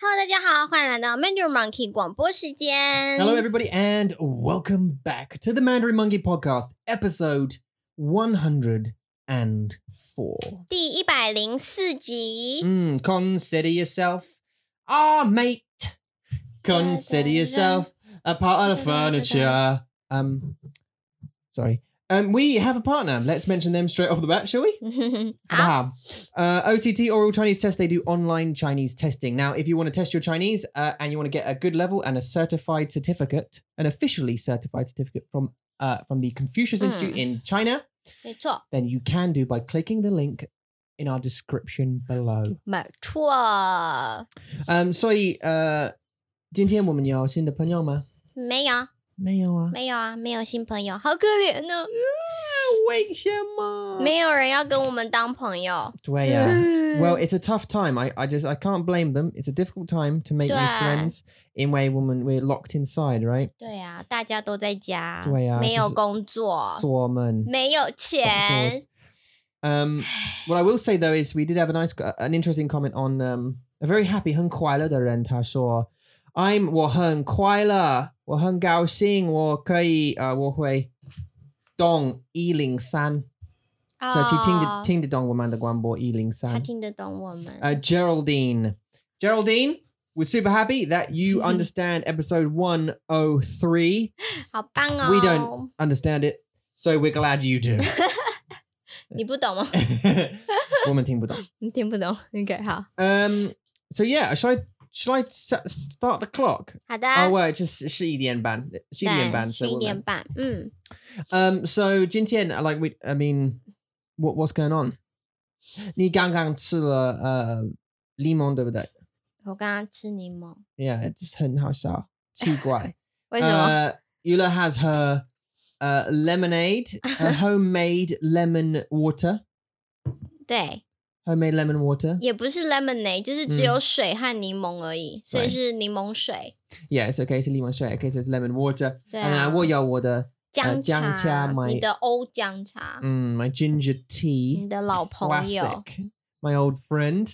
大家好，欢迎来到 Mandarin Monkey 广播时间。 Hello, everybody, and welcome back to the Mandarin Monkey Podcast, episode 104. 第一百零四集， Mm, consider yourself our mate. Consider yourself a part of the furniture. Um, sorry. Um, we have a partner. Let's mention them straight off the bat, shall we? 好， Aha. Uh, OCT oral Chinese test. They do online Chinese testing. Now, if you want to test your Chinese uh, and you want to get a good level and a certified certificate, an officially certified certificate from uh, from the Confucius Institute Mm. in China, 没错， then you can do by clicking the link in our description below. 没错， Um, 所以呃，今天我们有新的朋友吗？没有啊。没有，没有啊，没有新朋友，好可怜呢、为什么？没有人要跟我们当朋友。哎嗯对呀。Well, it's a tough time. I, I just I can't blame them. It's a difficult time to make new Yeah. friends in way woman we're locked inside, right? 对啊，大家都在家，对啊没有就是工作， So woman. 没有 of 钱哦 course.，Um what I will say though is we did have a nice uh, an interesting comment on um a very happy Hun Kuala the Ren saw I'm Wa Hun Kuala Wa Hun Gao Xing Wa Kai uh Wa Hui Dong Yiling San. So she ting the 哦 ting the dong woman the guambo Yiling 他 San. 听得懂我们。 uh, Geraldine. Geraldine, we're super happy that you understand episode 103. 好棒哦 We don't understand it, so we're glad you do. 你不懂吗？ Woman team budong. 你听不懂？OK，好， Um, so yeah, should I should I s- start the clock? 好的。 oh well, it's just CDN ban, CDN 对， ban. 十 So 一 we'll 点 know. 半，嗯， um, so Jintian, like we, I mean, what what's going on? uh, 你刚刚吃了呃柠檬对不对？我刚刚吃柠檬， Yeah, just uh, 很好笑，奇怪。为什么？ Uh, Eula has her uh, lemonade, her homemade lemon water, 对， homemade lemon water. Yeah. 也不是 lemonade，就是只嗯有水和柠檬而已，所以对呃是柠檬水。 it's okay. It's lemon straight. Okay, so it's lemon water. 对 And I 啊， will your water. 姜姜茶茶，买你的欧姜茶， Mm, my ginger 你 tea, 的老朋友。 classic, my old friend.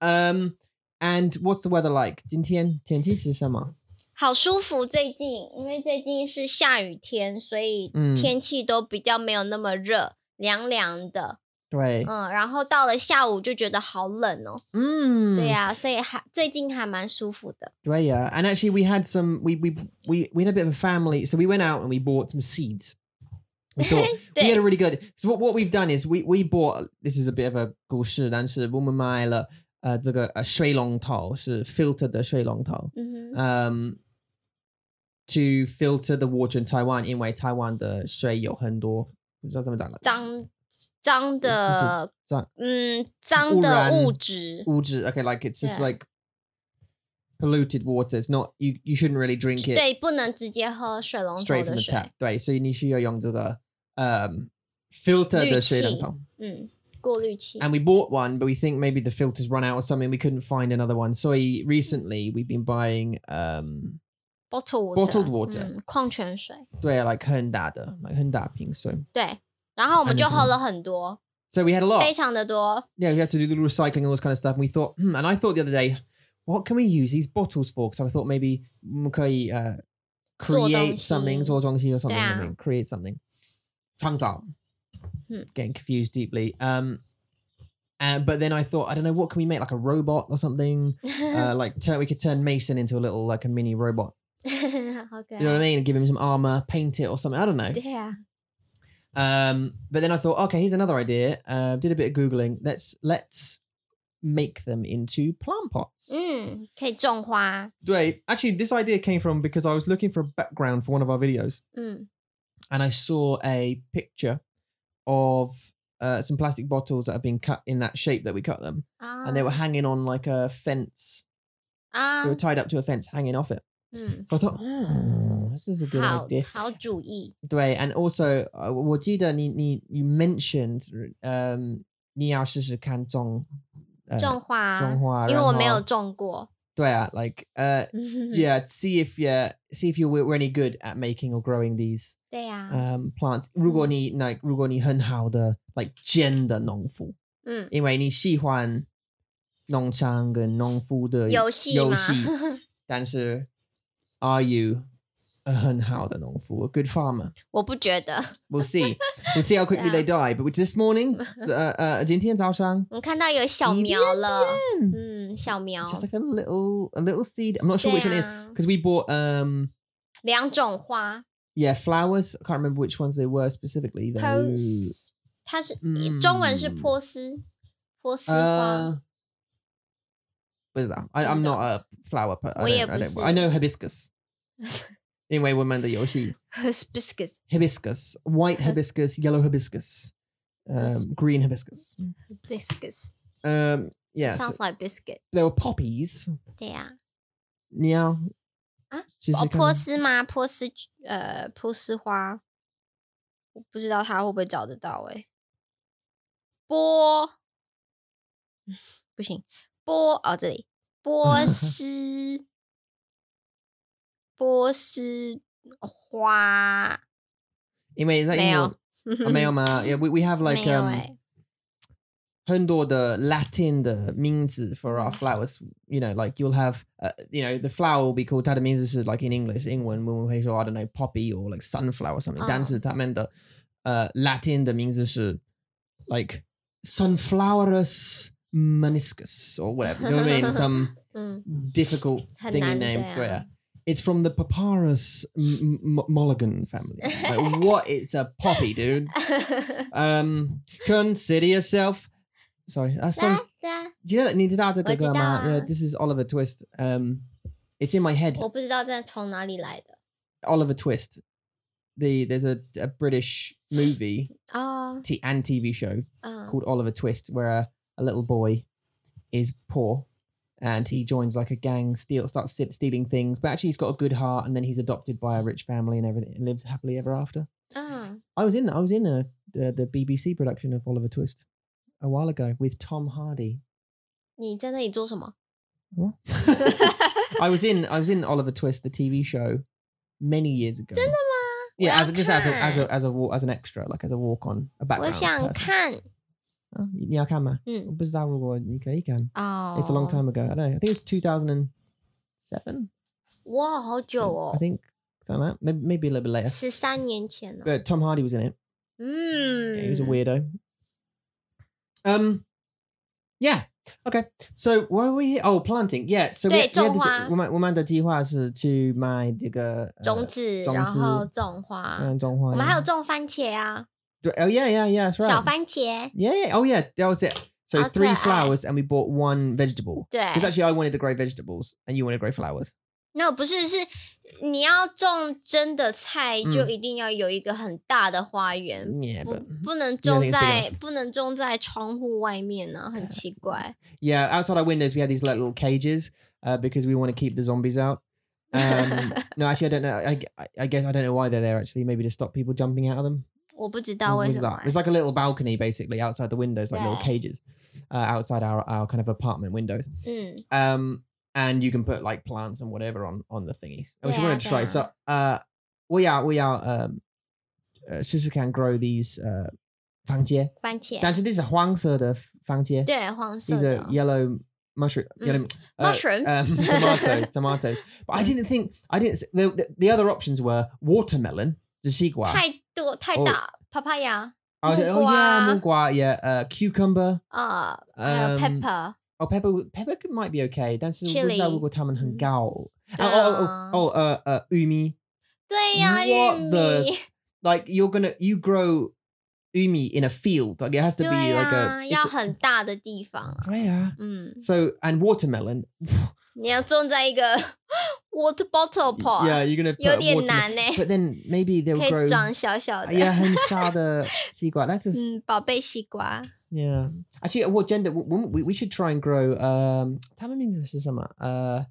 Um, and what's the weather like? 今天天气是什么？好舒服，最近因为最近是下雨天，所以嗯天气都比较没有那么热，凉凉的。对，嗯，然后到了下午就觉得好冷哦。嗯，对呀、所以还最近还蛮舒服的。对, yeah. And actually, we had some. We we we we had a bit of a family, so we went out and we bought some seeds. We thought we had a 对 really good. So what what we've done is we we bought this is a bit of a uh, 故事，但是我们买了呃这个呃水龙头是 filter 的水龙头，嗯哼， um to filter the water in Taiwan, Taiwan 因为台湾的水有很多不知道怎么讲了，脏脏的，脏嗯，脏污的染物质，污质。Okay, like it's just Yeah. like polluted water. It's not you you shouldn't really drink it. 对，不能直接喝水龙头 straight from 的 the 水 tap，。对，所以你需要用这个嗯 um, filter 滤的水龙器头。嗯，过滤器。 And we bought one, but we think maybe the filters run out or something. We couldn't find another one. So recently we've been buying um bottled bottled water 嗯，矿泉水。对 like 很大的 like 很大瓶水。对，然后我们安就全喝了很多， So we had a lot. 非常的多。 Yeah, we had to do the recycling and all this kind of stuff. And we thought, hmm, and I thought the other day, what can we use these bottles for? Because I thought maybe 我们可以 uh, 做东西。 create something, 做东西 or something, 对啊。 I mean, create something. 创造。 Hmm. Getting confused deeply. Um, uh, but then I thought, I don't know, what can we make? Like a robot or something? 呃 uh, like turn, we could turn Mason into a little, like a mini robot. 好可 You know what I 爱。 mean? Give him some armor, paint it or something. I don't know. 对啊， Um, but then I thought, okay, here's another idea. Uh, did a bit of googling. Let's let's make them into plant pots. Mm. 嗯，可以种花。 Wait, actually, this idea came from because I was looking for a background for one of our videos, 嗯 and I saw a picture of uh, some plastic bottles that have been cut in that shape that we cut them, 啊 and they were hanging on like a fence. 啊 They were tied up to a fence, hanging off it. 嗯， So I thought, oh, this is a good 好 idea. 好主意。对，and also，呃，我我记得你你 you mentioned，嗯，你要试试看种，呃，种花，种花，因为然我没有后种过。对啊，like，呃、yeah，see if you see if you were were any good at making or growing these 对啊呀、 um plants。如果你 like 如果你很好的 like 真的农夫，嗯，因为你喜欢农场跟农夫的游戏游吗戏，但是 Are you 呃很好的农夫，a good farmer？ 我不觉得。 We'll see. We'll see how quickly they die. But this morning, uh, uh, 今天早上,我看到有小一苗了，点嗯，小苗 just like a little, a little seed. I'm not sure which one 对 it is 啊 because we bought, um, 两种花， yeah, flowers. I can't remember which ones they were specifically. though. 它是它是中文是嗯波斯波斯 花， Uh, what is that? I, I'm not a flower. Per- I, don't, I, don't, 我也不是。 I know hibiscus. anyway, women the Yoshi hibiscus hibiscus, white Hibis- hibiscus, yellow hibiscus, um, Hibis- green hibiscus. hibiscus Um, yeah, so sounds like biscuit， there were poppies. 对呀， Yeah. 啊，就是哦，看波看斯吗？波斯呃，波斯花，我不知道它会不会找得到哎、波，不行，波哦，这里波斯波斯花，因为在英文 啊没有吗？Yeah, we we have like 没有 um 欸很多的 Latin 的名字 for our 嗯 flowers. You know, like you'll have uh, you know the flower will be called 它的名字是 like in English 英文我们会说 I don't know poppy or like sunflower or something，、嗯但是他们的呃 Latin 的名字是 like sunflowers meniscus or whatever. You know what I mean? Some 嗯， difficult 很 thingy 难 name. 的对呀啊。It's from the Papyrus M- M- Mulligan family. Like, what? It's a poppy, dude. Um, consider yourself. Sorry, uh, some, 拉萨， do you know that needed out 我知道啊。 Yeah, this is Oliver Twist. Um, it's in my head. 我不知道这从哪里来的 Oliver Twist. The there's a, a British movie 哦， t- and TV show 嗯， called Oliver Twist, where a, a little boy is poor and he joins like a gang, steal, starts ste- stealing things, but actually he's got a good heart, and then he's adopted by a rich family and everything, and lives happily ever after. 嗯， I was in, I was in a, the the BBC production of Oliver Twist a while ago with Tom Hardy. 你在那里做什么？嗯 I was in, I was in Oliver Twist, the TV show, many years ago. 真的吗？ Yeah, 我 as a, 要 just as a, as 看。 a as a wa- as an extra, like as a walk on, a background. 我想 person. 看， Oh, 你要看吗？嗯，我不知道如果你可以看。哦， It's a long time ago. I don't know. I think it's 2007. 哇，好久嗯 I 哦， think something like that. Maybe, maybe a little bit later. 十三年前了， But Tom Hardy was in it. Yeah, he was a 嗯， weirdo. Um, yeah. Okay. So why were we here? Oh, planting. Yeah. So we, 对， we had this, uh, 种花。我们-我们的计划是去买这个，呃，种子，种然子后种花，嗯，种花。我们还有种番茄啊，对- Oh yeah, yeah, yeah. That's right. 小番茄， Yeah, yeah. Oh yeah. That was it. So Okay, three I- flowers, and we bought one vegetable. 对， Because actually, I wanted to grow vegetables, and you wanted to grow flowers. 那不是是你要种真的菜，就嗯一定要有一个很大的花园， Yeah, 不 but 不能那种个在不能种在窗户外面呢、很奇怪。 Yeah, outside our windows we had these like little cages uh, because we want to keep the zombies out. Um, no, actually, I don't know. I, g- I- I guess I don't know why they're there. Actually, maybe to stop people jumping out of them. 我不知 Or 道为 was 什么 that? 欸、 It's like a little balcony basically outside the windows, like little Yeah. cages uh, outside our, our kind of apartment windows. 嗯， Um, and you can put like plants and whatever on on the thingies, which we Yeah, want to try. yeah. So, uh, we are we are um, uh, sister can grow these uh, 番茄,番茄，但是 this is 黄色的番茄。对，黄色 These are 的。 yellow mushroom, yellow, Mm. uh, Mushroom? um, tomatoes, tomatoes. But I Mm. didn't think I didn't. s- The, the, the other options were watermelon, the shigua. 太多太哦大，papaya， Oh, yeah, oh yeah, 木瓜。 mugua, yeah, uh, cucumber. 啊，还有 Um, pepper， Oh, pepper, pepper could- might be okay. That's Chili. Mm. Oh, oh, oh, Yeah. oh, uh, uh, umi. 对呀、 what 玉 the- 米， Like you're gonna you grow umi in a field. Like it has to 对 be like 呀、 a. it's 要 a- 很大的地方啊。 yeah. 嗯， So and watermelon. 你要种在一个 water bottle pot，、 Yeah, you're gonna put 有点 watermelon- 难呢、 But then maybe they'll 可 grow. 以长小小的。 yeah, Hinshada Sigua. That's just 嗯，宝贝西瓜， yeah. Actually, uh, well, gender, we, we- we should try and grow. Um, 他们名字是什么？呃，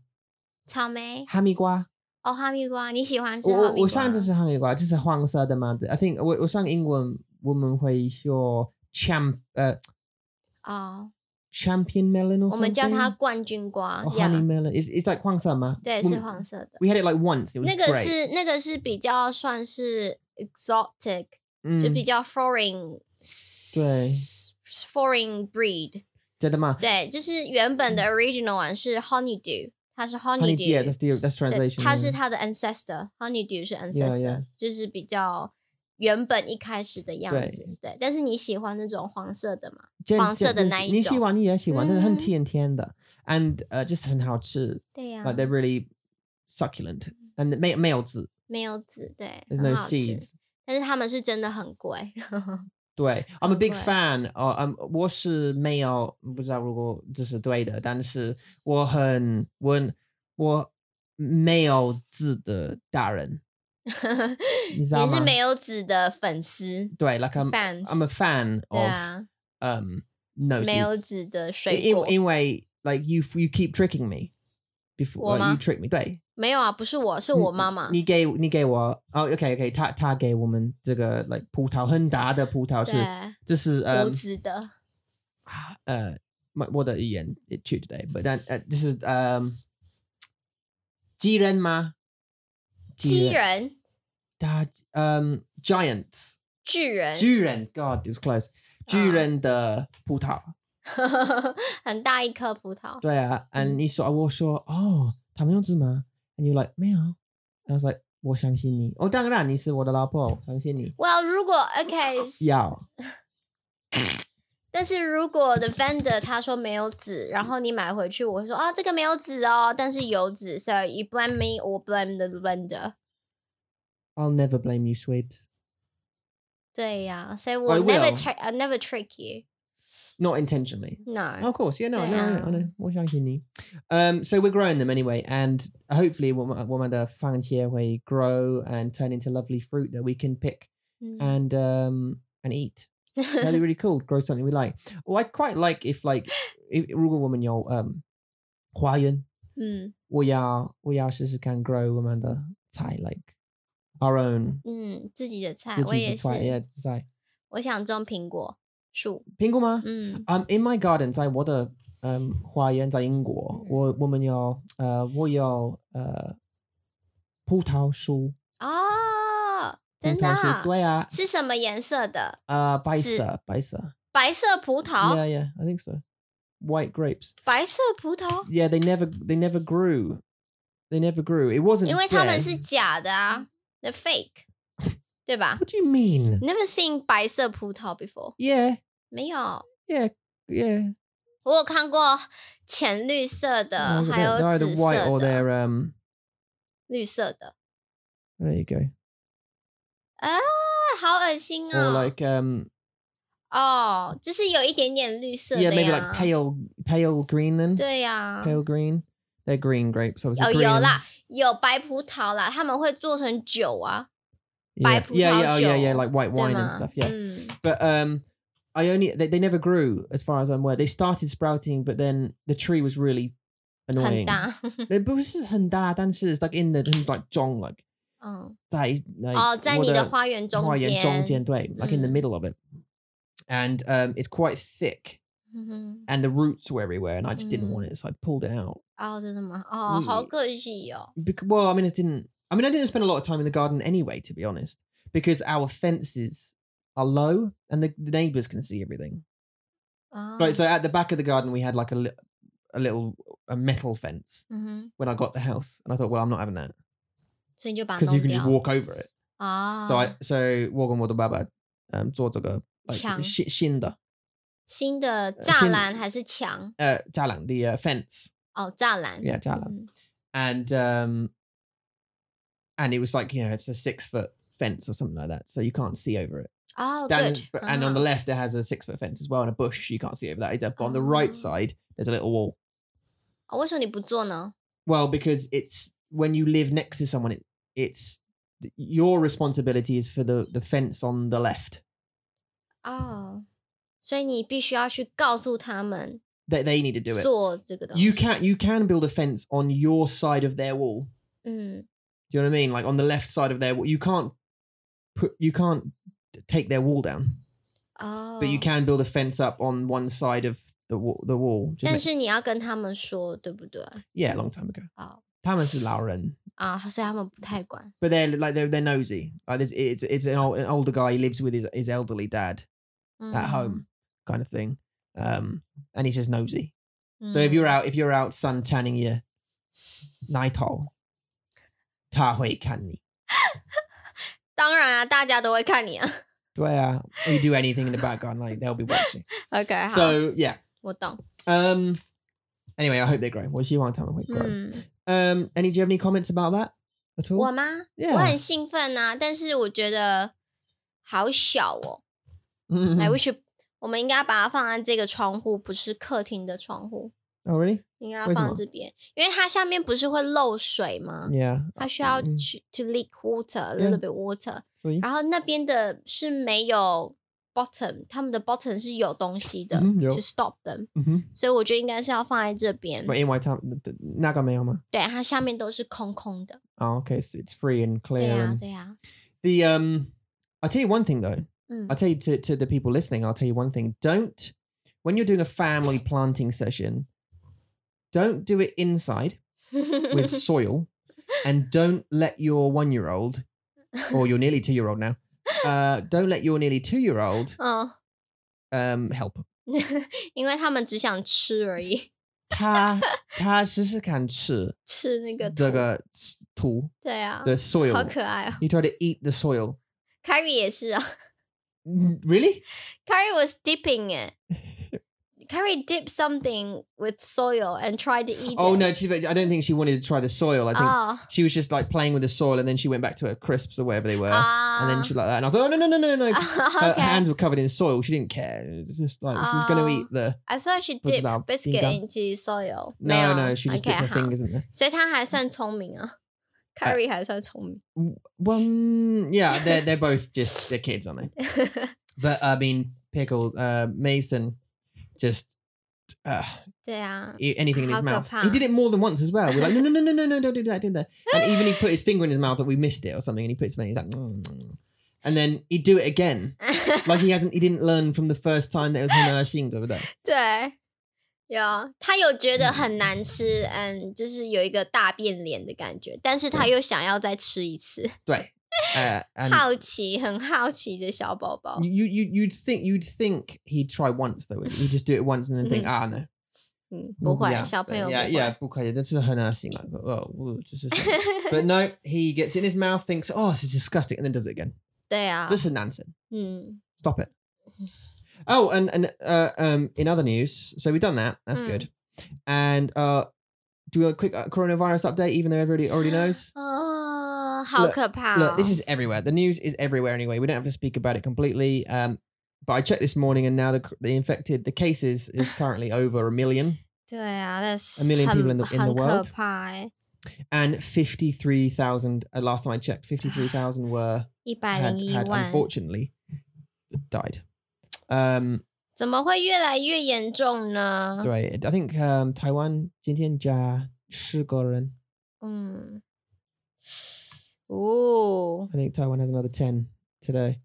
草莓，哈密瓜。哦，哈密瓜，你喜欢吃哈密我我瓜？我上就是哈密瓜，就是黄色的嘛。I think 我我上英文我们会说 champ 呃哦， champion melon or something。我们叫它冠军瓜 or ，yeah honey melon. It's it's like 黄色吗？对，我是们黄色的。 We had it like once. It was 那个 great. 是那个是比较算是 exotic，、就嗯比较 foreign，对，foreign breed，真的吗？对，就是原本的 original one 是 honeydew，它是 Honey dear, 嗯 that's honeydew， the that's 对， translation. 它是 yeah. 它的 ancestor，honeydew 是 ancestor，就是比较原本一开始的样对子。对，但是你喜欢那种黄色的吗？真黄色的真那一你喜种欢你也喜欢，但是很嗯甜甜的，and 呃就是很好吃对呀、 ，but they're really succulent and 没有没有籽没有籽，对， ，there's 很 no 好吃 seeds。。但是它们是真的很贵，对，I'm a big 对 fan，呃，嗯，我是没有不知道如果这是对的，但是我很我很我没有字的大人， 你知道你是吗？没有籽的粉丝对，like I'm fans I'm a fan 对 of 啊， um no 没有 seeds 籽的水因果因因为 like you you keep tricking me before 我 like, you 吗 trick me 对，没有啊，不是我，是嗯我妈妈。你给你给我哦，OK OK，他他给我们这个 like 葡萄很大的葡萄是对，这是呃无籽的，啊呃我我的语言去 today，but 但呃这是呃鸡人吗？鸡人、大嗯 giants 巨人，巨人，God it was close 巨啊人的葡萄， 很大一颗葡萄。对啊，and 嗯你说我说哦，他们用字吗？And you like 没有，and I was like 我相信你，哦当然你是我的老婆，我相信你 Well，如 果 OK，要但是如果我的 vendor 他说没有籽，然后你买回去，我会说啊这个没有籽哦，但是有籽，so you blame me or blame the vendor。 I'll never blame you sweeps 对呀、所以 I 我 never will. trick，I never trick you。 not intentionally. No，Oh, Of course, yeah, no, no, I know, I Yeah. know. 我相信你。Um, so we're growing them anyway, and hopefully, 我们我们的番茄会 grow and turn into lovely fruit that we can pick 嗯 and um and eat. That'd be really cool. Grow something we like. Well, I quite like if like if 如果我们有 um 花园， 嗯我要我要试试看 grow 我们的菜，like our own 嗯，自己的菜自我己也的是菜，yeah，菜我想种苹果 树。苹果吗？嗯， Um, in my garden，在我的嗯花园，在英国，嗯我我们有呃，我有呃葡萄树，哦，葡真的萄啊、树，对啊，是什么颜色的？呃，白紫色，白色白色葡萄，yeah yeah，I think so。White grapes, 白色葡 萄， yeah, they never they never grew, they never grew. It wasn't. 因为它们 dead. 是假的啊，the fake，对 吧 What do you mean? ？Never seen 白色葡萄 before， Yeah, 没有。 yeah, yeah. 我有看过浅绿色的， Oh, 还 they're- 有 they're either 紫 white 色 or 的， they're um. 绿色的。 There you go. 啊，好恶心 Or 哦！ like um. 哦，就是有一点点绿色的呀。Yeah, maybe like pale pale green then. 对呀、 pale green. They're green grapes, obviously. 哦， green 有 and- 啦，有白葡萄啦，他们会做成酒啊， Yeah, By Mm. yeah, yeah, oh, yeah, yeah, Pujol, like 对 white wine 吗？and stuff. Yeah, 嗯， but um, I only they, they never grew as far as I'm aware. They started sprouting, but then the tree was really 很 annoying. 大， It was 很大，但是 it's like in the like 中 like 嗯，在 like 哦，在你的花园中间，花园中间对 like in the 嗯。 middle of it, and um, it's quite thick. 嗯哼， And the roots were everywhere, and I just didn't want it, so I pulled it out. 哦，真的吗？哦，好嗯可惜哦， Bec- well, I mean, I didn't. I mean, I didn't spend a lot of time in the garden anyway, to be honest, because our fences are low and the, the neighbors can see everything. 啊， Right. So at the back of the garden, we had like a, li- a little a metal fence 嗯哼， when I got the house, and I thought, well, I'm not having that 所以你就把它 because you 弄 can just 掉 walk over it. 啊， So I so walk on water baba um 做这个 like 墙。 shi- 新的新的栅呃新栏还是墙？呃 jalan the uh, fence 哦，栅栏， yeah jalan 嗯 and um and it was like you know it's a six foot fence or something like that, so you can't see over it. 哦 down Oh, ，good， the- but- and on the left， left it has a six foot fence as well and a bush you can't see over that either. But on the Oh. right side there's a little wall. 哦，为什么你不做呢？ Well, because it's when you live next to someone, it, it's your responsibility is for the the fence on the left. 哦，所以你必须要去告诉他们 They they need to do it. 做这个东 You 西。 can you can build a fence on your side of their wall. 嗯， Do you know what I mean? Like on the left side of their wall, you can't put you can't take their wall down, 哦， but you can build a fence up on one side of the wall. The wall. Do you know 但 what I mean? 是你要跟他们说，对不对？ Yeah, a long time ago. 哦他们是老人。啊，所以他们不太管。 but they're like they're, they're nosy. Like there's, it's it's an, old, an older guy. He lives with his his elderly dad 嗯、 at home, kind of thing. um, and he's just nosy. 嗯 So if Mm. you're out, if you're out sun tanning your night hole, 他会看你.当然啊，大家都会看 你啊。对啊, you do anything in the background, like they'll be watching. OK，好 So yeah. 我懂。 Um. Anyway, I hope they grow. 我希望他们会grow. 嗯， Um. Any? Do you have any comments about that at all? 我吗 Yeah. 我 很兴奋啊，但是我觉得好小哦。 Mhm. I wish 我们应该把它放在这个窗户，不是客厅的窗户， Oh really? 应该要为什放么这边，因为它下面不是会漏水吗？ Yeah. 它需要嗯 to to leak water a Yeah. little bit water，所以-然后那边的是没有 bottom，他们的 bottom 是有东西的、嗯有 to stop them， Mhm. 所以我觉得应该是要放在这边。 But anyway, 他那个没有吗？对，它下面都是空空的。 Oh, okay. So it's free and 对 clear. 呀、 and- 对呀、 The um, I'll tell you one thing though. 嗯 I'll tell you to, to the people listening. I'll tell you one thing. Don't when you're doing a family planting session, don't do it inside with soil, and don't let your one year old or your nearly two year old now. Uh, don't let your nearly two year old 嗯， um help. 因为他们只想吃而已， 他他只是看吃这个土吃那个土对啊， the soil. 好可爱哦。 You try to eat the soil. Carrie 也是啊 Mm, Really? ，Carrie was dipping it. Carrie dipped something with soil and tried to eat Oh it. no, she, I don't think she wanted to try the soil. I think Ah, she was just like playing with the soil, and then she went back to her crisps or whatever they were, ah, uh, and then she uh, like that. And I thought, oh no no no no no. Her okay. hands were covered in soil. She didn't care. It was just like she was going to Oh. eat the. I thought she 不知 dipped 道 biscuit 饼干 into soil. 啊 No, no, she just dipped OK， her 好 fingers 哎 in there. 所以她还算聪明啊，Carrie 还算聪明。 Well, mm, yeah, they're they're both just they're kids, aren't they? But I mean, pickle uh, Mason, just uh, 对啊， eat anything in his How mouth. could He did it more than once as well. We're like, no, no, no, no, no, no, don't do that, don't do that. And even he put his finger in his mouth that we missed it or something, and he put his finger. He's like, "Mm, mm, mm." and then he'd do it again, like he hasn't. He didn't learn from the first time that it was him asking over there. 对，有他有觉得很难吃，嗯，就是有一个大变脸的感觉，但是他又想要再吃一次， Right. Uh, and 好奇，很好奇的小宝宝。 you, you, you'd think you'd think he'd try once though. He'd just do it once and then think, ah, no. 嗯，不会，小朋友不 yeah, 会。 yeah, 不可以, that's a nursing. Like, oh, ooh, just a shame. but no, he gets it in his mouth, thinks, oh, this is disgusting, and then does it again. 对啊， This is nonsense. 嗯 Stop it. Oh, and and uh, um, in other news, so we've done that. That's Mm. good. And uh, do a quick uh, coronavirus update, even though everybody already knows. 哦，好，look，可怕哦。 Look, this is everywhere. The news is everywhere anyway. We don't have to speak about it completely. Um, but I checked this morning, and now the the infected, the cases is currently over a million 对啊，但是 million 很 people in the- in the 很可 world. 怕哎， and fifty three thousand. Uh, last time I checked, fifty three thousand were 一百 had, 零一 had 万， unfortunately died. Um, 怎么会越来越严重呢？对, I think um Taiwan 今天加十个人。嗯，哦 I think Taiwan has another 10 today.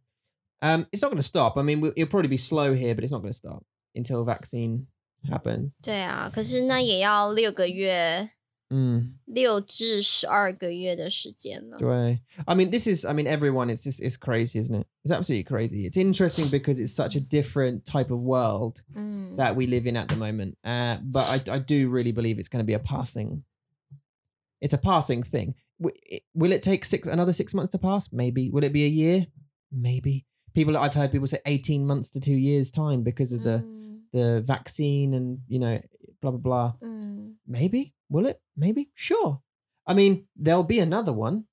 Um, it's not going to stop. I mean, we- it'll probably be slow here, but it's not going to stop until vaccine happens. 对啊，可是那也要六个月， Mm. 六至十二个月的时间了。 Do I? I mean, this is. I mean, everyone. It's just. It's crazy, isn't it? It's absolutely crazy. It's interesting because it's such a different type of world 嗯， that we live in at the moment. Uh, but I, I do really believe it's going to be a passing. It's a passing thing. W- it- Will it take six another six months to pass? Maybe. Will it be a year? Maybe. People. I've heard people say eighteen months to two years time because of the 嗯 the vaccine and you know blah blah blah. 嗯， Maybe. Will it? Maybe. Sure. I mean, there'll be another one.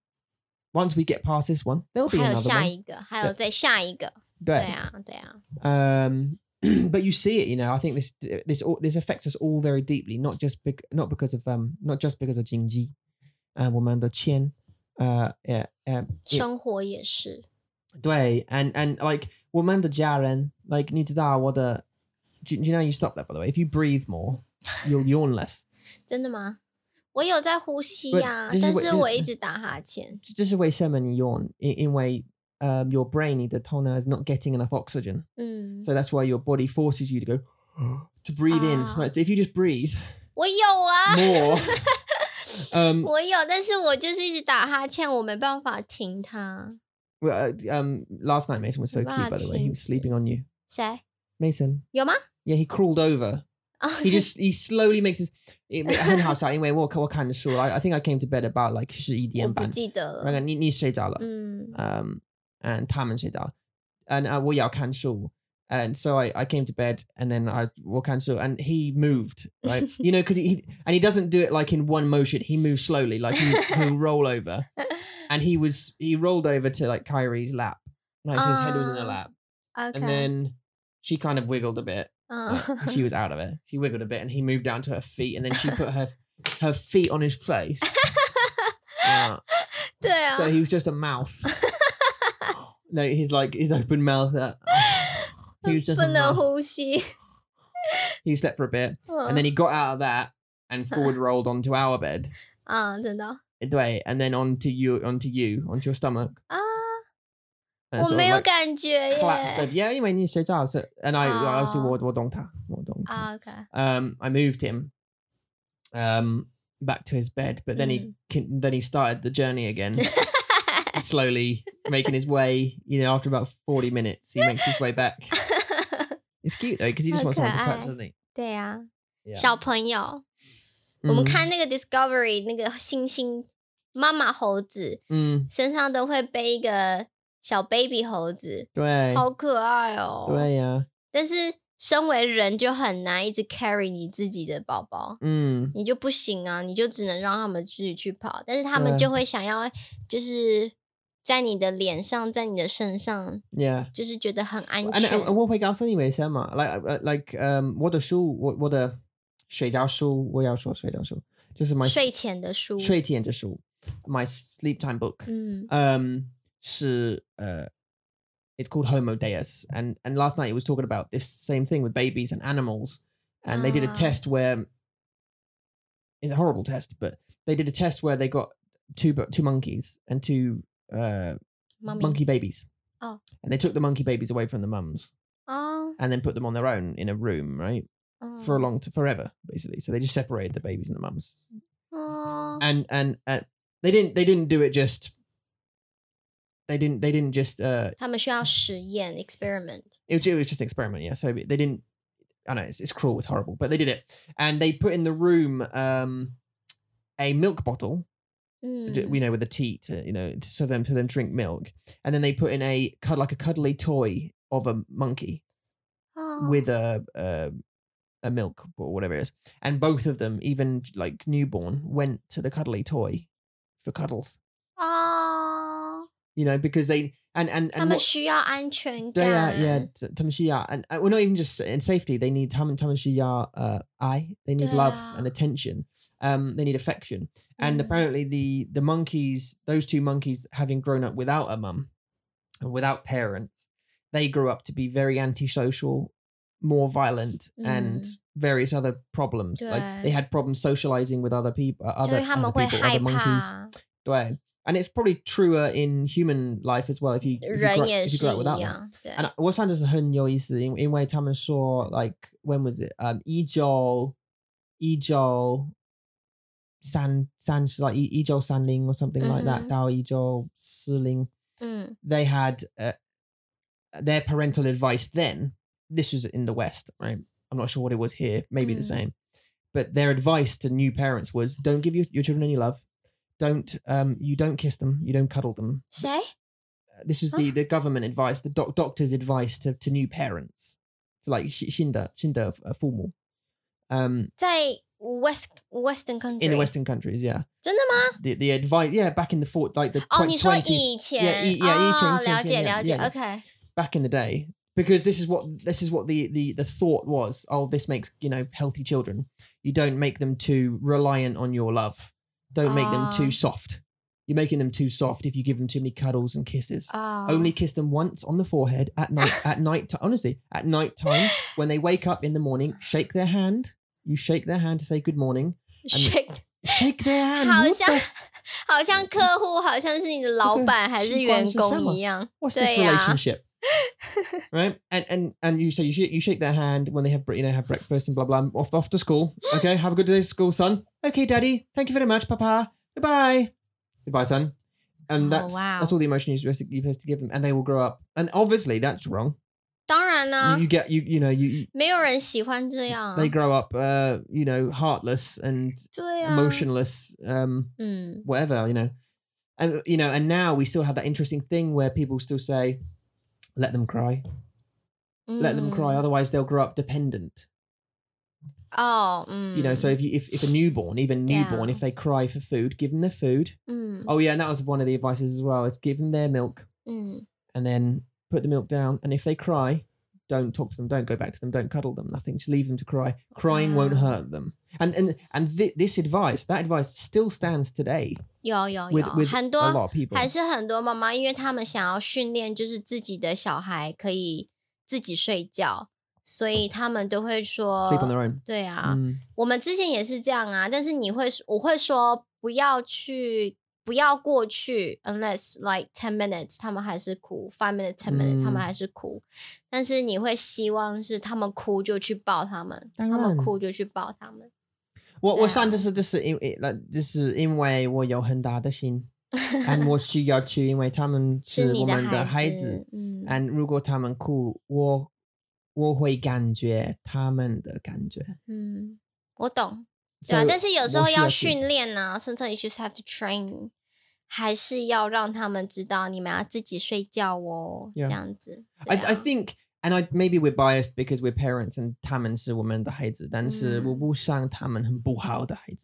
Once we get past this one, there'll be 还有 another 下 one. 一个，还有再下一个，对对。啊，对啊， Um, but you see it, you know. I think this this all this affects us all very deeply, not just bec- not because of um not just because of Jingji, uh, 我们的钱, uh, yeah, um, it- 生活也是，对, and and like 我们的家人, like 你知道我的, do, you- do you know you stop that by the way? If you breathe more, you'll yawn less. 真的吗？我有在呼吸 But 呀、 this is 但 what- 是 this- 我一直打哈欠。这是为什么你yawn？因因为 um your brain, the toner is not getting enough oxygen. 嗯， So that's why your body forces you to go to breathe in. Ah. Right. So if you just breathe 我有啊， more, um, 我有，但是我就是一直打哈欠，我没办法停它。 well, uh, um, last night Mason was so Right, cute. By the way, he was yes. sleeping on you. 谁 Mason, 有吗？ Yeah, he crawled over. 哦， He just he slowly makes his. 很好笑，因为我我看书，I I think I came to bed about like 我不十一点半。记得了。那个你你睡着了，嗯，嗯，嗯，他们睡着，嗯啊，我要看书。And so I, I came to bed and then I 我看书 and he moved right you know because he, he and he doesn't do it like in one motion he moves slowly like he, he'll roll over and he was he rolled over to like Kyrie's lap like his head was in her Ah, lap OK， and then she kind of wiggled a bit 嗯 but she was out of it she wiggled a bit and he moved down to her feet and then she put her her feet on his face Yeah. 对啊 So he was just a mouth. no, he's like his open mouth. uh, he was just a 不能 mouth. 呼吸。 He slept for a bit, and 嗯 then he got out of that and forward rolled onto our bed, 啊，真的对, and then onto you, onto you, onto your stomach. 啊， And 我 sort of 没有 like 感觉 collapsed. 耶。 Over. Yeah, you mean you said so. And I I obviously Aw. wore wore dong ta, wore dong ta. 啊，OK， Um, I moved him, um, back to his bed, but then he he then he started the journey again. slowly making his way. You know, after about forty minutes, he makes his way back. 啊 It's cute though because he just wants someone to touch, 好可爱。 doesn't he? 对呀 Yeah.，Mm, 小朋友，我们看那个 Discovery 那个猩猩妈妈猴子嗯，身上都会背一个小 baby 猴子，对，好可爱哦。对呀，但是身为人就很难一直 carry 你自己的宝宝，嗯，你就不行啊，你就只能让他们自己去跑，但是他们对就会想要就是在你的脸上，在你的身上， yeah。就是觉得很安 And 全。 uh, 我会告诉你为什么，like uh, like 嗯、我的书，我我的睡觉书，我要说睡觉书，就是 my 睡前的书，睡前的书，my sleep time book，嗯嗯，是呃，it's called Homo Deus, and and last night it was talking about this same thing with babies and animals, and they did a Ah. test where it's a horrible test, but they did a test where they got two bu- two monkeys and two uh Mummy. monkey babies. Oh. And they took the monkey babies away from the mums 哦， and then put them on their own in a room, right? For a 嗯 long to forever, basically. So they just separated the babies and the mums 哦， and and uh, they didn't they didn't do it just they didn't they didn't just uh 他们需要实验 experiment。 it was, it was just an experiment yeah so they didn't i know it's, it's cruel it's horrible but they did it and they put in the room um a milk bottle 嗯， d- you know with a tea to you know to, so them to them drink milk and then they put in a cud- like a cuddly toy of a monkey 哦 with a uh, a milk or whatever it is and both of them even like newborn went to the cuddly toy for cuddles 哦， you know, because they and and 他 and 们 what, 需要安全 they 感。 are yeah, t- 他们需要 and uh, well, not even just in safety. They need 他们他们需要 uh I they need love and 对啊。 attention. Um, they need affection. And 嗯 apparently the the monkeys, those two monkeys, having grown up without a mum and without parents, they grew up to be very antisocial, more violent, and Mm. various other problems. Like they Yeah. had problems socializing with other people, 就 other, 是他们 other 会 people, 害 other monkeys. 怕，对. And it's probably truer in human life as well if you, if you, grow, 人 up- 也 if 是 you grow up 一 without them. 样。对， And 我上次是很有意思，因因为他们说 like when was it um 一九一九三三十 like 一一九三零 or something like that 嗯哼。到一九四零嗯 they had uh, their parental advice then this was in the west right i'm not sure what it was here maybe the Mm. same but their advice to new parents was don't give your, your children any love don't um you don't kiss them you don't cuddle them 谁？ Uh, this is Huh? the the government advice the doc- doctor's advice to, to new parents so like shinda shinda uh, formal um 在 West Western country in the western countries yeah 真的吗？ the the advice yeah back in the fort like the 哦， twen- 你说 20s 以前，以以前哦，以前了解以前了解 yeah，yeah ，OK， back in the day because this is what this is what the the the thought was oh this makes you know healthy children you don't make them too reliant on your love don't make them Ah. too soft you're making them too soft if you give them too many cuddles and kisses 啊， only kiss them once on the forehead at night at night time honestly at night time when they wake up in the morning shake their hand you shake their hand to say good morning shake， shake their hand 好 what 像 the- 好像客户，好像是你的老板还是嗯习惯员是什工么一样， what's this 对呀， relationship right and and and you say you shake, you shake their hand when they have bre- you know have breakfast and blah blah off off to school okay have a good day at school son okay daddy thank you very much papa goodbye goodbye son and Oh, that's wow. that's all the emotion you're supposed, to, you're supposed to give them and they will grow up and obviously that's wrong 当然啦、 You, you get you you know you, you- 没有人喜欢这样、啊。 they grow up uh you know heartless and 对啊 emotionless um 嗯， whatever you know and you know and now we still have that interesting thing where people still say let them cry let them cry 嗯 otherwise they'll grow up dependent 哦，嗯， you know so if you if, if a newborn even newborn Yeah. if they cry for food give them the food 嗯 oh yeah and that was one of the advices as well is give them their milk 嗯， and then put the milk down and if they cry don't talk to them don't go back to them don't cuddle them nothing just leave them to cry crying won't Wow. hurt them and and and thi- this advice that advice still stands today 有有 with 有 with 很 a 多 lot of people 还是很多妈妈，因为他们想要训练，就是自己的小孩可以自己睡觉，所以他们都会说 sleep on their own 对啊， Mm. 我们之前也是这样啊，但是你会，我会说不要去，不要过去，unless like ten minutes，他们还是哭，five minutes ten minutes，、他嗯们还是哭。但是你会希望是他们哭就去抱他们，他当们然哭就去抱他们。我对我啊上就是就是因为那就是因为我有很大的心，and 我需要去，因为他 们是是你我们的孩孩子子，啊嗯，and 如果他们哭，我我会感觉他们的感觉。嗯，我懂，对啊 So，但是有时我候需要去训练呢、甚至 you just have to train，还是要让他们知道你们要自己睡觉哦 Yeah 这样子。 I 对 I 啊 think and I maybe we're biased because we're parents and 他们是我们的孩子，但是嗯我不想他们很不好的孩子。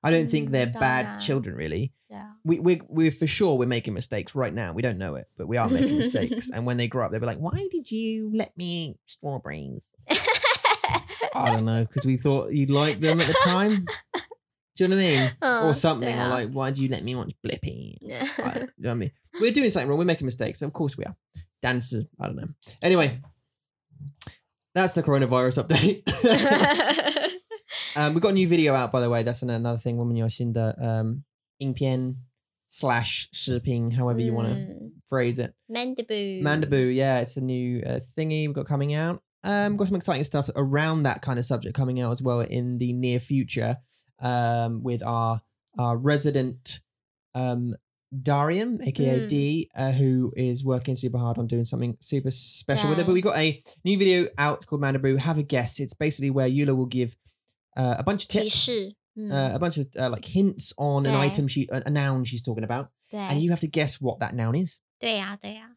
I don't think 嗯 they're 当 bad 然 children really. 对啊， We we we're for sure we're making mistakes right now. We don't know it, but we are making mistakes. And when they grow up, they'll be like, "Why did you let me eat strawberries?" I don't know, because we thought you liked them at the time. Do you know what I mean? Oh, or something, yeah. or like, why do you let me watch Blippi? I- do you know what I mean? We're doing something wrong. We're making mistakes. Of course we are. Dancers, I don't know. Anyway, that's the coronavirus update. um, we've got a new video out, by the way. That's an- another thing, Woman Yoshinda. Um, 影片 slash 视频, however you want Mm. to 嗯 phrase it. Mandibu. Mandaboo, yeah, it's a new uh, thingy we've got coming out. Um, got some exciting stuff around that kind of subject coming out as well in the near future. Um, with our our resident um Darian, aka Mm. D, uh, who is working super hard on doing something super special with it. But Yeah. we got a new video out called Mandaboo. Have a guess. It's basically where Eula will give uh, a bunch of 提 tips, 示，嗯， uh, a bunch of uh, like hints on an Mm. Yeah. item she, a, a noun she's talking about, and 对， you have to guess what that noun is. 对呀、对呀、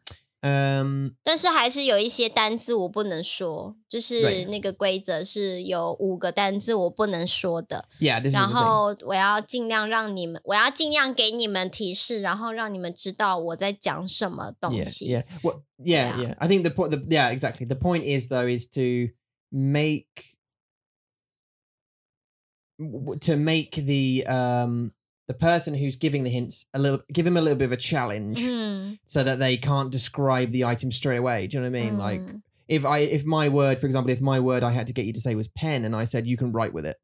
Um, 但是还是有一些单字我不能说，就是对那个规则是有五个单字我不能说的， yeah, this is 然 the thing. 后我要尽量让你们，我要尽量给你们提示，然后让你们知道我在讲什么东 yeah, 西。 yeah. Well, yeah, Yeah. yeah. I think the point, the, yeah, exactly. The point is though, is to make w- to make the um the person who's giving the hints a little give him a little bit of a challenge Mm-hmm. 嗯 so that they can't describe the item straight away. Do you know what I mean? Like 嗯 if I if my word, for example, if my word I had to get you to say was pen, and I said you can write with it,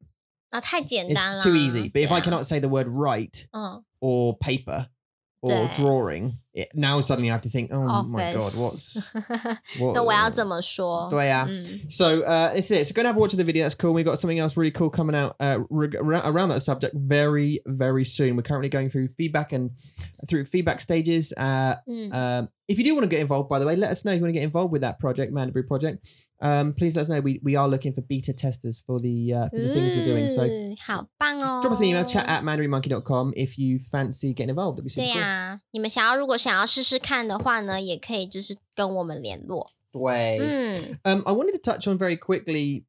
啊，太简单了 it's too easy. But if 对 I 啊 cannot say the word write 嗯 or paper or Yeah. drawing, it, now suddenly I have to think, oh my god, what's ，office， what, 那我要 怎么说？对啊嗯。 So uh, this is it. So go and have a watch of the video. That's cool. We've got something else really cool coming out uh, reg- ar- around that subject very, very soon. We're currently going through feedback and through feedback stages. Uh, 嗯 um, if you do want to get involved, by the way, let us know if you want to get involved with that project, Mandibury Project. Um, please let us know. We, we are looking for beta testers for the, uh, for the things we're doing. So 嗯好棒哦！ drop us an email, Um, chat at mandarinmonkey.com if you fancy getting involved. That'd be 对 super 呀、你们想要如果想要试试看的话呢，也可以就是跟我们联络。 cool. Way. 嗯， Um, I wanted to touch on very quickly.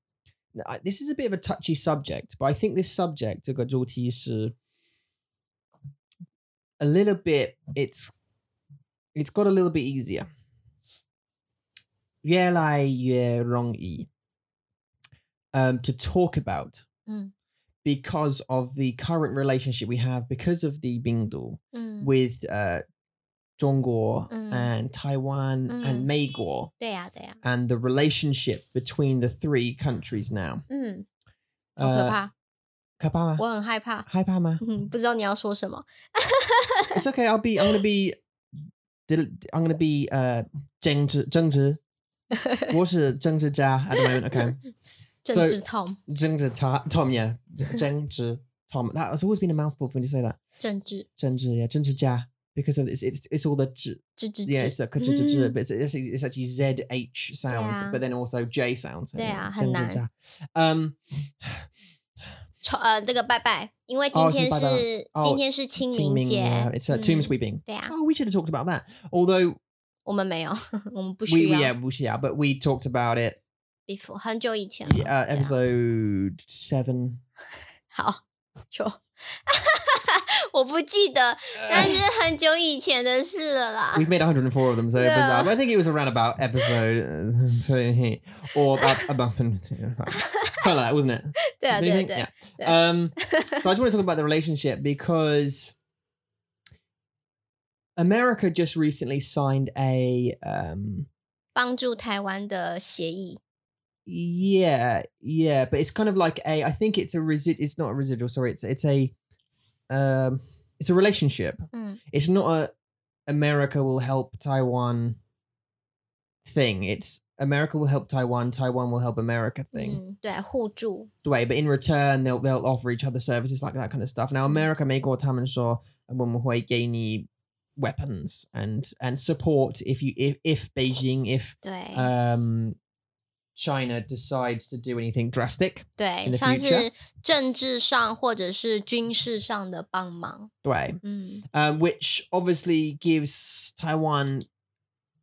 I- This is a bit of a touchy subject, but I think this subject, 这个主题是 a little bit. It's it's got a little bit easier. 越来越容易 e. um, to talk about 嗯。 because of the current relationship we have because of the Bingdu 嗯， with uh, 中国 Mm. and Taiwan and 美国对呀、对呀、 and the relationship between the three countries now. 嗯，好 Oh, 可 Uh, 怕， Kapama. 我很害怕。Hi, Pama. 嗯，不知道你要说什 么。 It's okay. I'll be. I'm gonna be. dil- I'm gonna be. Uh, 政治 -政治-我是政治家 at the moment. Okay. 政治 Tom，政治他- Tom. Yeah. 政治 Tom. That has always been a mouthful when you say that. 政治政治, yeah. 政治家. because of it's it's, it's all the j- zh zh yeah it's zh mm. the k- j- j- j- but it's, it's, it's actually zh sounds Yeah. but then also j sounds so 对啊，真很正um 从呃这个拜拜，因为今哦是天拜拜是哦今天是清 qingming, 明节 yeah, it's uh, tomb 嗯 sweeping 对啊， oh we should have talked about that although 我们没有，我们不 we, 需 we yeah 要。 we should, yeah but we talked about it before 很久以前了 yeah, uh, 对啊 episode seven 好，说，我不记得，但是很久以前的事了啦。 We've made 104 of them, so Yeah. but, uh, I think it was around about episode uh, 13, or about about something like that, wasn't it? 对啊， Don't 对 you 啊 think? 对啊， Yeah. Um, so I just want to talk about the relationship because America just recently signed a um, 帮助台湾的协议， yeah, yeah, but it's kind of like a I think it's a resi- it's not a residual, sorry, it's it's a um, it's a relationship. Mm. It's not a America will help Taiwan thing. It's America will help Taiwan, Taiwan will help America thing. 嗯，对啊，互助， way, but in return they'll they'll offer each other services like that kind of stuff. Now America may go time and saw and when we gain weapons and and support if you if if Beijing if 对 um China decides to do anything drastic 对 in，the 像 future 是政治上或者是军事上的帮忙， way, 嗯， um, which obviously gives Taiwan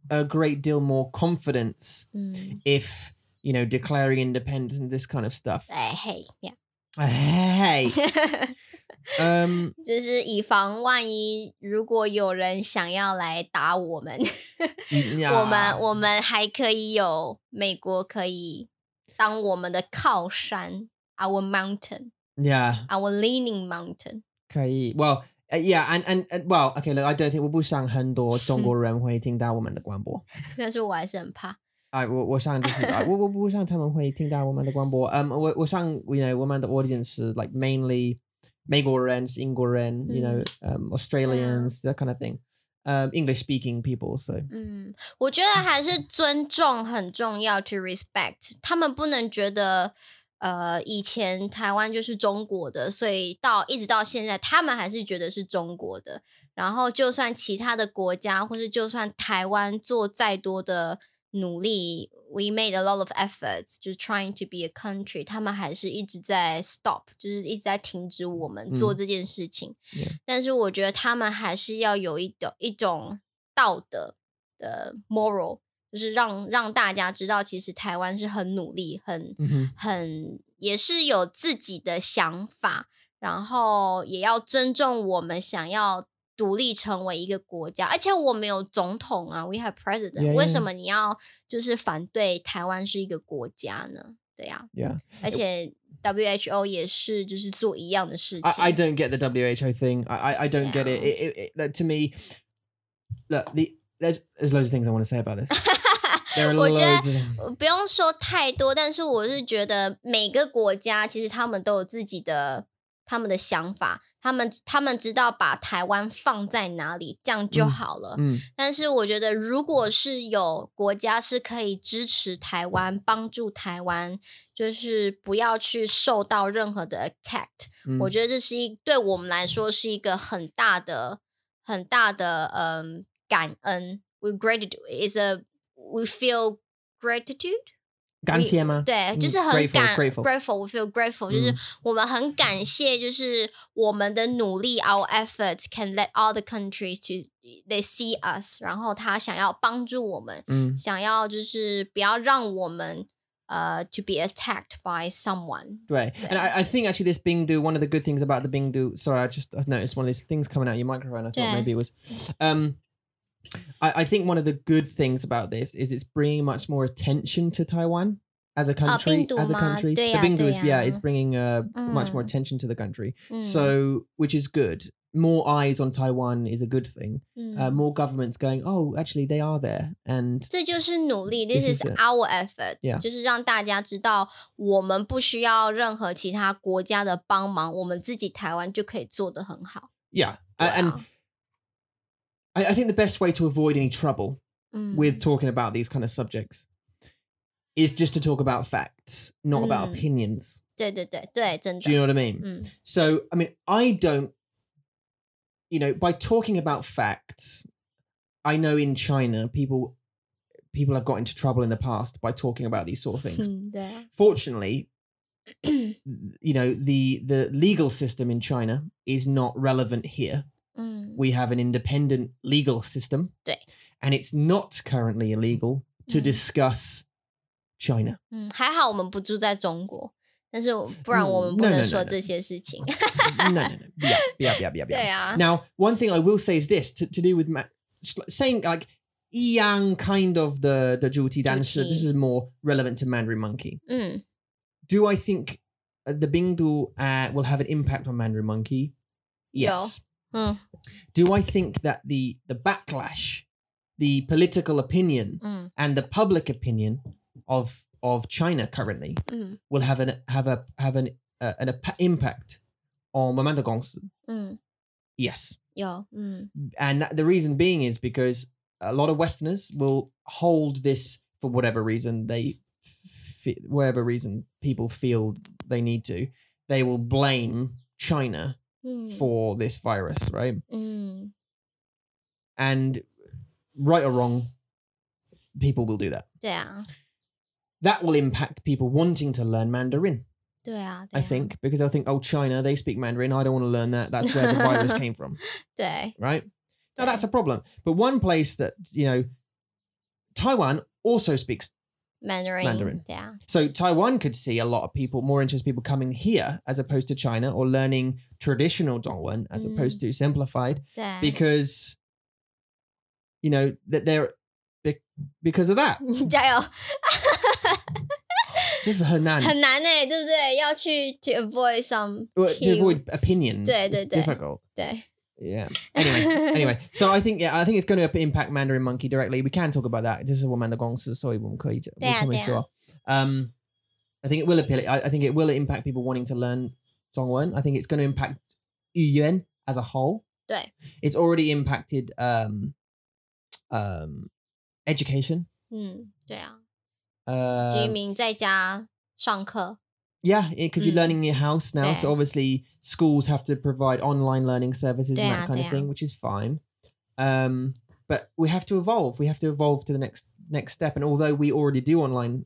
a great deal more confidence 嗯， if you know declaring independence and this kind of stuff. 哎嘿呀， Hey, um, 就是以防万一，如果有人想要来打我们，我们 yeah. 我们还可以有美国可以当我们的靠山，our mountain，our yeah. leaning mountain。 可以 well uh, yeah and, and and well okay look I don't think 我不想很多中国人会听到我们的广播，但是我还是很怕。哎，我我想就是 um，我我不想他们会听到我们的广播，嗯，我我想 you know 我们的 audience 是 like mainly 美国人、英国人，you know 嗯 Australians that kind of thing, um English speaking people so 嗯，我觉得还是尊重很重要，to respect。他们不能觉得，呃，以前台湾就是中国的，所以到一直到现在，他们还是觉得是中国的。然后，就算其他的国家，或是就算台湾做再多的努力，we made a lot of efforts，就是 trying to be a country，他们还是一直在 stop，就是一直在停止我们做嗯这件事情。 Yeah 但是我觉得他们还是要有一种一种道德的 moral，就是让让大家知道，其实台湾是很努力、很嗯哼，很也是有自己的想法，然后也要尊重我们想要独立成为一个国家，而且我们有总统啊，we have president， Yeah, 为 yeah. 什么你要就是反对台湾是一个国家呢？对呀、 yeah 而且 WHO 也是就是做一样的事情。 I, I don't get the WHO thing. I I, I don't get it. It, it, it. Like to me, look, the there's there's loads of things I want to say about this. There are 我觉 loads 得 of them. 呃不用说太多，但是我是觉得每个国家其实他们都有自己的他们的想法，他们他们知道把台湾放在哪里，这样就嗯好了。 Mm. 但是我觉得，如果是有国家是可以支持台湾、帮助台湾，就是不要去受到任何的 attack，、嗯我觉得这是一对我们来说是一个很大的、很大的嗯感恩。We gratitude is a we feel gratitude。感谢吗？对，就嗯是很 grateful，感 grateful grateful，we feel grateful，就是嗯我们很感谢，就是我们的努力，our efforts can let all the countries to they see us，然后他想要帮助我们，嗯想要就是不要让我们呃 to be attacked by someone。对对，and I, I think actually this Bingdu, one of the good things about the Bingdu, sorry, I just I noticed one of these things coming out of your microphone. I thought 对 maybe it was, um, I, I think one of the good things about this is it's bringing much more attention to Taiwan as a country. Oh, Bingdu as a 吗 country, 对 the 呀 Bingdu 对 is yeah, it's 呀 Mm。 bringing uh, much more 嗯 attention to the country. 嗯 So which is good. More eyes on Taiwan is a good thing. 嗯 Uh, more governments going, oh, actually they are there, and 这就是努力，This，this is is it. our effort，、 Yeah. 就是让大家知道我们不需要任何其他国家的帮忙，我们自己台湾就可以做得很好。 yeah, Wow. Uh, and I, I think the best way to avoid any trouble 嗯 with talking about these kind of subjects is just to talk about facts, not about Mm. opinions. 对对对对，真 Do you 的， know what I mean? 嗯 So, I mean, I don't you know, by talking about facts, I know in China people people have got into trouble in the past by talking about these sort of things. 嗯，对 啊， Fortunately, you know, the the legal system in China is not relevant here. 嗯， We have an independent legal system. 对。 And it's not currently illegal to 嗯 discuss China. 嗯，还好我们不住在中国，但是我不然我嗯们不，no，能 no，no，说 no 这些事情。 no, no, no. Yeah, yeah, yeah, yeah, yeah. 对啊， Now, one thing I will say is this to, to do with ma- s- saying like Yang kind of the the Juti dancer. This Juti. is more relevant to Mandarin Monkey. 嗯 Do I think uh, the Bingdu uh, will have an impact on Mandarin Monkey? Yes. Hmm. 嗯 Do I think that the the backlash, the political opinion, 嗯 and the public opinion of of China currently 嗯 will have an have a have an uh, an ap- impact on Mamanda Gongsu? 嗯， Yes. 有嗯 and that, the reason being is because a lot of Westerners will hold this for whatever reason they, fe- whatever reason people feel they need to, they will blame China 嗯 for this virus, right? 嗯 And right or wrong, people will do that. 对啊 That will impact people wanting to learn Mandarin, 对啊，对 I 啊 think, because I think, oh, China, they speak Mandarin. I don't want to learn that. That's where the virus came from. 对 right? Yeah. Now that's a problem. But one place that you know, Taiwan also speaks. Mandarin Mandarin 对啊， So Taiwan could see a lot of people, more interested people coming here as opposed to China or learning traditional Dongwon as Mm. opposed to simplified 对 because you know that they're be- because of that. 加 油， This is her nan. 很难哎、对不对？要去 to avoid some Well, To cue avoid opinions, Yeah, yeah, it's yeah. difficult. 对， Yeah. Anyway, anyway, so I think yeah, I think it's going to impact Mandarin Monkey directly. We can talk about that. This is what Mandarin Gongsi, so we won't call it- we'll Yeah, comment yeah. sure. Um, I think it will appeal. I, I think it will impact people wanting to learn Zhongwen. I think it's going to impact Yuan as a whole. 对 It's already impacted um, um, education. 嗯对啊，居 Uh, 民在家上课， yeah, because you're Mm. learning in your house now, so Yeah. obviously schools have to provide online learning services and Yeah, that kind of yeah. thing, which is fine. Um, but we have to evolve. We have to evolve to the next next step. And although we already do online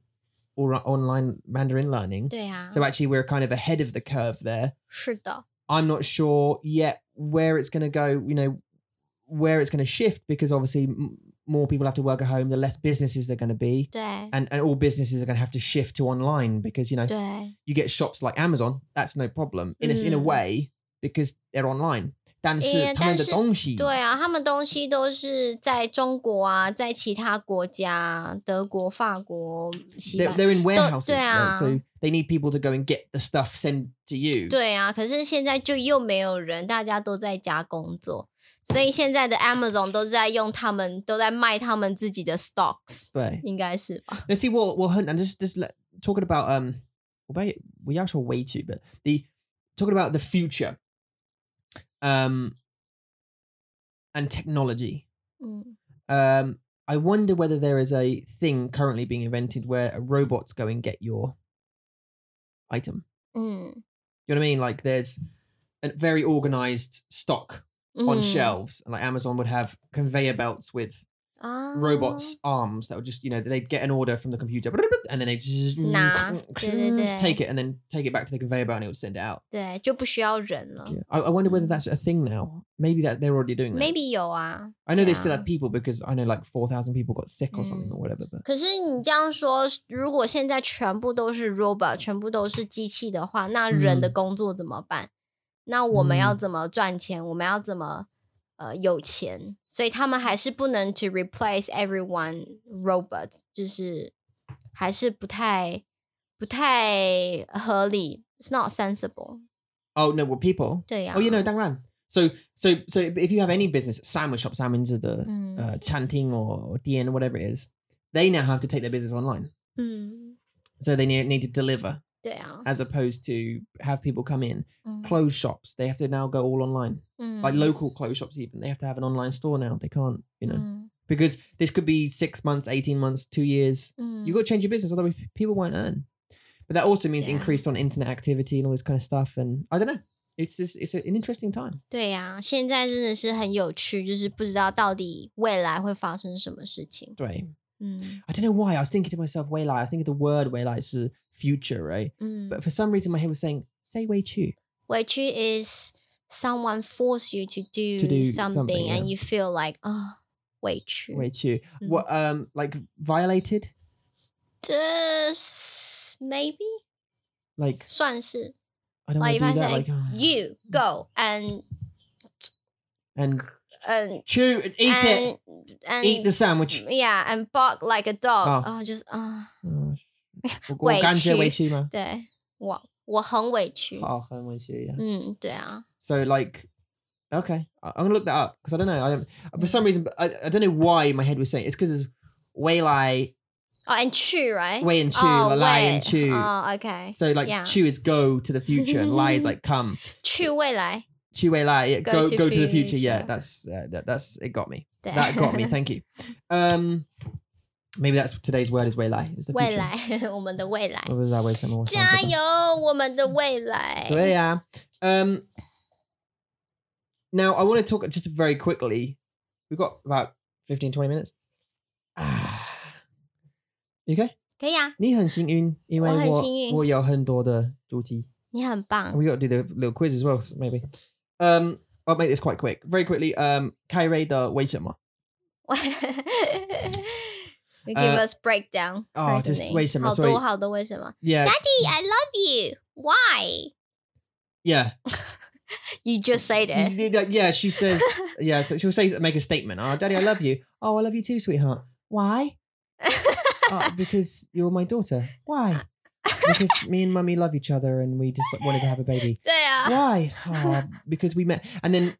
or uh, online Mandarin learning, 对啊， so actually we're kind of ahead of the curve there. 是的， I'm not sure yet where it's going to go. You know, where it's going to shift because obviously m- more people have to work at home. The less businesses they're going to be, 对 and and all businesses are going to have to shift to online because you know 对 you get shops like Amazon, that's no problem. In a, in a Mm. way, because they're online. 因为-但是-但是他们的东西-对啊，他们东西都是在中国啊，在其他国家，德国、法国、西 they're, 班牙， they're in warehouses, right? 对啊。 so they need people to go and get the stuff sent to you. 对啊。可是现在就又没有人，大家都在家工作，所以现在的 Amazon 都在用他们都在卖他们自己的 stocks，对。应该是吧？ Let's see what what and just just let, talking about um we we actually way too but the talking about the future um and technology 嗯 um I wonder whether there is a thing currently being invented where a robot's go and get your item. 嗯 You know what I mean? Like there's a very organized stock on 嗯 shelves, and like Amazon would have conveyor belts with 啊 robots' arms that would just, you know, they'd get an order from the computer, and then they just Nah,对，对，对。 take it and then take it back to the conveyor belt, and it would send it out. 对，就不需要人了。 Yeah. I, I wonder Mm. whether that's a thing now. Maybe that they're already doing that. Maybe 有啊， I know they still yeah. have people because I know like four thousand people got sick or something Mm. or whatever. But 可是你这样说，如果现在全部都是 robot，全部都是机器的话，那人的嗯工作怎么办？那我们要嗯怎么赚钱？我们要怎么呃有钱？所以他们还是不能 to replace everyone robot，就是还是不太不太合理。It's not sensible。 oh no, well people. 对呀、 Oh, you know, Dang Ran. So, so, so if you have any business, sandwich shops, salmons or the 嗯、 uh, chanting or DN or whatever it is, they now have to take their business online. 嗯， So they need, need to deliver 对啊， as opposed to have people come in. 嗯 Clothes shops, they have to now go all online. Like 嗯 local clothes shops, even they have to have an online store now. They can't, you know, 嗯 because this could be six months, eighteen months, two years. 嗯 You got to change your business, otherwise people won't earn. But that also means Yeah. increased on internet activity and all this kind of stuff. And I don't know. it's just, it's an interesting time. 对呀、现在真的是很有趣，就是不知道到底未来会发生什么事情。 Right. 嗯 I don't know why. I was thinking to myself, Wei Lai. I was thinking the word Wei Lai is future, right? 嗯 But for some reason, my head was saying, say Wei Chu. which is someone force you to do, do something, something, and yeah. you feel like 啊、委屈。 Wei Chu. Mhm. What, um, like violated? 这是 maybe Like, 算是 I don't like want if I to do that. say Like, ah. you go and and and chew and eat it. and and Eat the sandwich. yeah and bark like a dog，Oh, 哦然后就是啊， Oh, sh- 我-委我感觉屈。委屈吗？对我我很委屈。好，很委屈，yeah. 嗯，对啊， So like, okay, I- I'm gonna look that up because I don't know. I don't for Mm. some reason I, I don't know why my head was saying it's because it's way like oh, and chew right？ way and chew oh, like lie wait. and chew. Oh, okay. so like yeah. chew is go to the future and lie is like come. 去未来。 Chew way lie yeah, Go go to go to the future. future. Yeah, that's uh, that, that's it got me. 对 That got me. Thank you. Um, maybe that's today's word is way lie. Is the 未 future. 来， 我们的未来， What was that way someone? 加油，我们的未来。 So yeah. Um. Now I want to talk just very quickly. We've got about 15, 20 minutes. Ah. You okay? 可以啊，你很幸运，因为我-我很幸运。我有很多的主题。你很 And 棒。 we got to do the little quiz as well, s- maybe. Um, I'll make this quite quick. Very quickly. Um, 开瑞的为什么？ You give 呃 us breakdown. 哦就是 reasoning 为什么好所以呃多好多为什么 Yeah. ？Daddy, I love you. Why? Yeah. You just said it. You- you- Yeah. She says. Yeah. So she'll say make a statement. Oh, Daddy, I love you. Oh, I love you too, sweetheart. Why? oh, because you're my daughter. Why? Because me and mummy love each other and we just wanted to have a baby. 对啊， Why? Oh, because we met. And then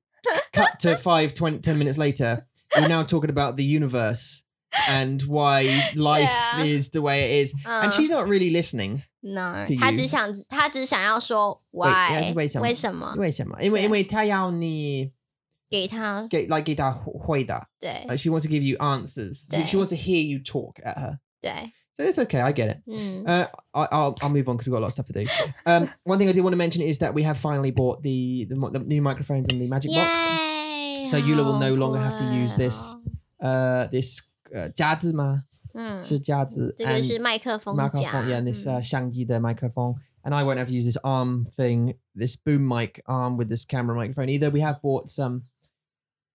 cut to five, 20, 10 minutes later, we're now talking about the universe and why life Yeah. is the way it is. 嗯 And she's not really listening. ，No， to you 他只想他只想要说 yeah， why 是为什么为什么对。为什么？因为因为她要你给给他 like 给她回答，对 like she wants to give you answers. She- She 对。 wants to hear you talk at her. 对 So it's okay. I get it. 嗯 Uh, I, I'll, I'll move on because we've got a lot of stuff to do. Um, one thing I do want to mention is that we have finally bought the the, mo- the new microphones and the Magic Box. Yay！ So you will no 好 longer have to use 贵 this 哦 Uh, this uh, 夹子吗？嗯，是夹子这个 and 是麦克风夹 Mm. microphone. Yeah, and this 嗯 uh, 相机的 microphone. And I won't have to use this arm thing, this boom mic arm with this camera microphone either. We have bought some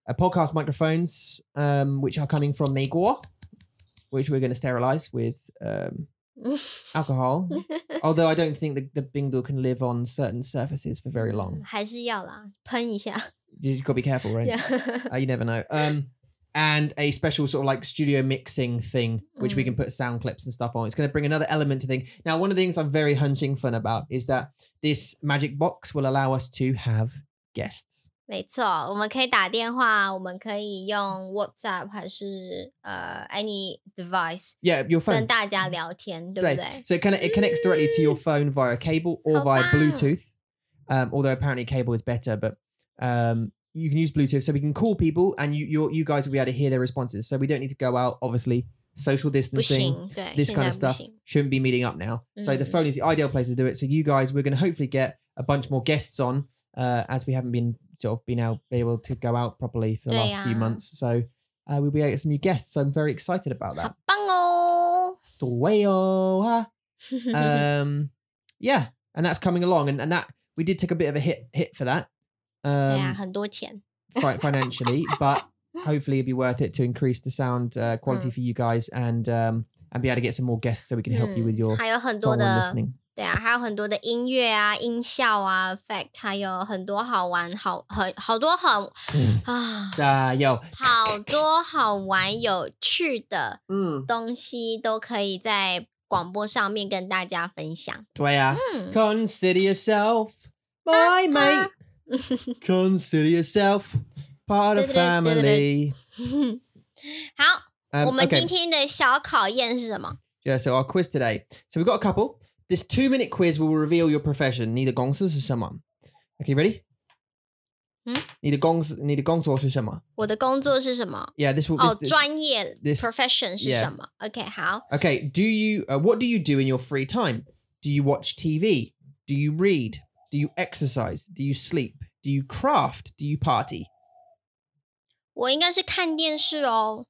uh, podcast microphones, um, which are coming from Megor, which we're going to sterilize with um, 嗯 alcohol. Although I don't think the, the Bingdor can live on certain surfaces for very 嗯 long. 还是要啦，喷一下。 You just gotta be careful, right? Yeah. Uh, you never know. Um, and a special sort of like studio mixing thing, which we Mm. can put sound clips and stuff on. It's going to bring another element to thing. Now, one of the things I'm very hunting fun about is that this magic box will allow us to have guests. 没错，我们可以打电话，我们可以用 WhatsApp 还是呃 any device Yeah, your 跟 phone. 大家聊天，对不对？ So it kind of it connects directly to your phone via cable or How via about- Bluetooth. Um, although apparently cable is better, but um, you can use Bluetooth, so we can call people, and you you you guys will be able to hear their responses. So we don't need to go out. Obviously, social 不 distancing. 行，对， this 现 kind 在 of 不 stuff 行。 shouldn't be meeting up now. So the Mm. phone is the ideal place to do it. So you guys, we're going to hopefully get a bunch more guests on, uh, as we haven't been sort of been out able to go out properly for the last few Yeah. months. So uh, we'll be able to get some new guests. So I'm very excited about that. 好棒哦！ Dweo, huh? um, yeah, and that's coming along, and, and that we did take a bit of a hit hit for that. 对啊， Um, 很多钱。 fi- financially, but hopefully it'll be worth it to increase the sound uh, quality for you guys and um, and be able to get some more guests so we can help you with 嗯 your 还有很多 song and 的 listening. 对啊，还有很多的音乐啊、音效啊、fact，还有很多好玩、好很好多好嗯啊，加油！好多好玩有趣的嗯，东西都可以在广播上面跟大家分享。对啊。嗯， Consider yourself my mate. Consider yourself part of 对对对对对 family. 好， Um, 我们 okay. 今天的小考验是什么？ Yeah, so our quiz today. So we've got a couple. This two minute quiz will reveal your profession. Neither gongs or someone. Okay, ready? Hmm? Neither gongs, neither gongs or someone. 我的工作是什么？ Yeah, this will. This, 哦， this- 专业 this- profession 是 yeah 什么？OK，好， Okay, do you? Uh, what do you do in your free time? Do you watch TV? Do you read? Do you exercise? Do you sleep? Do you craft? Do you party? 我应该是看电视哦。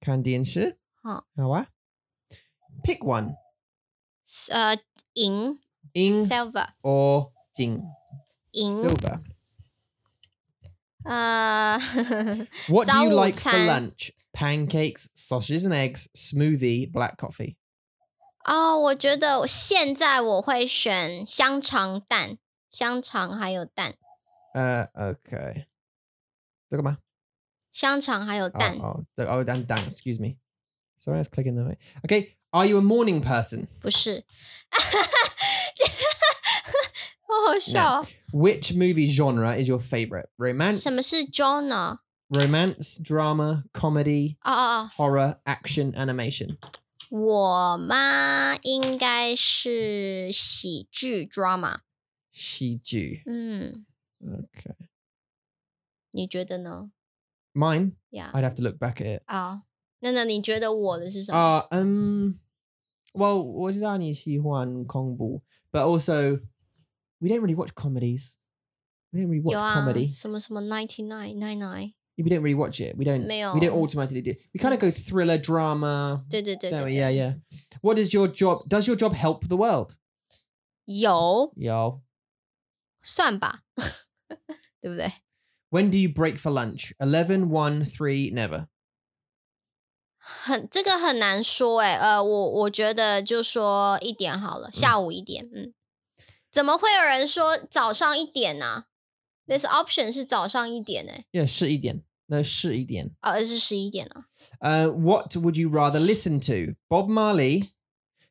看电视。好。好啊。Pick one. 呃，银 In silver or Jing. 银嗯 Silver. 呃 What do you 早午 like for 餐。 lunch? Pancakes, sausages and eggs, smoothie, black coffee. 哦，我觉得我现在我会选香肠蛋，香肠还有蛋， Uh, okay. 这个吗？香肠还有蛋。 Oh, oh, oh, and Dan, excuse me. Sorry, I was clicking the way. Okay. Are you a morning person? 不是， 好好笑哦。 Which movie genre is your favorite? Romance, 什么是 genre？ romance, drama, comedy, 哦哦，哦 horror, action, animation. 我妈应该是喜剧 drama。 Shiju. 嗯， Okay. 你觉得呢？ Mine. 呀、 I'd have to look back at it. 啊，那那你觉得我的是什么？ Uh, um, well, 我知道你喜欢恐怖, but also we don't really watch comedies. We don't really watch 有啊 comedy. 什么什么 ninety nine nine nine， We don't really watch it. We don't. We don't 没有。 automatically do. We kind of go thriller, drama. 对对对 don't 对 we? 对 Yeah, yeah. What is your job? Does your job help the world? 有 Yo. 算吧， 对不对？ When do you break for lunch? 11, 1, 3, never. 很这个很难说哎、呃，我我觉得就说一点好了，下午一点，嗯，怎么会有人说早上一点呢、t h i s option 是早上一点哎、 Yeah, 11. No, 11. 哦，而是十一点呢、 Uh, what would you rather listen to? Bob Marley.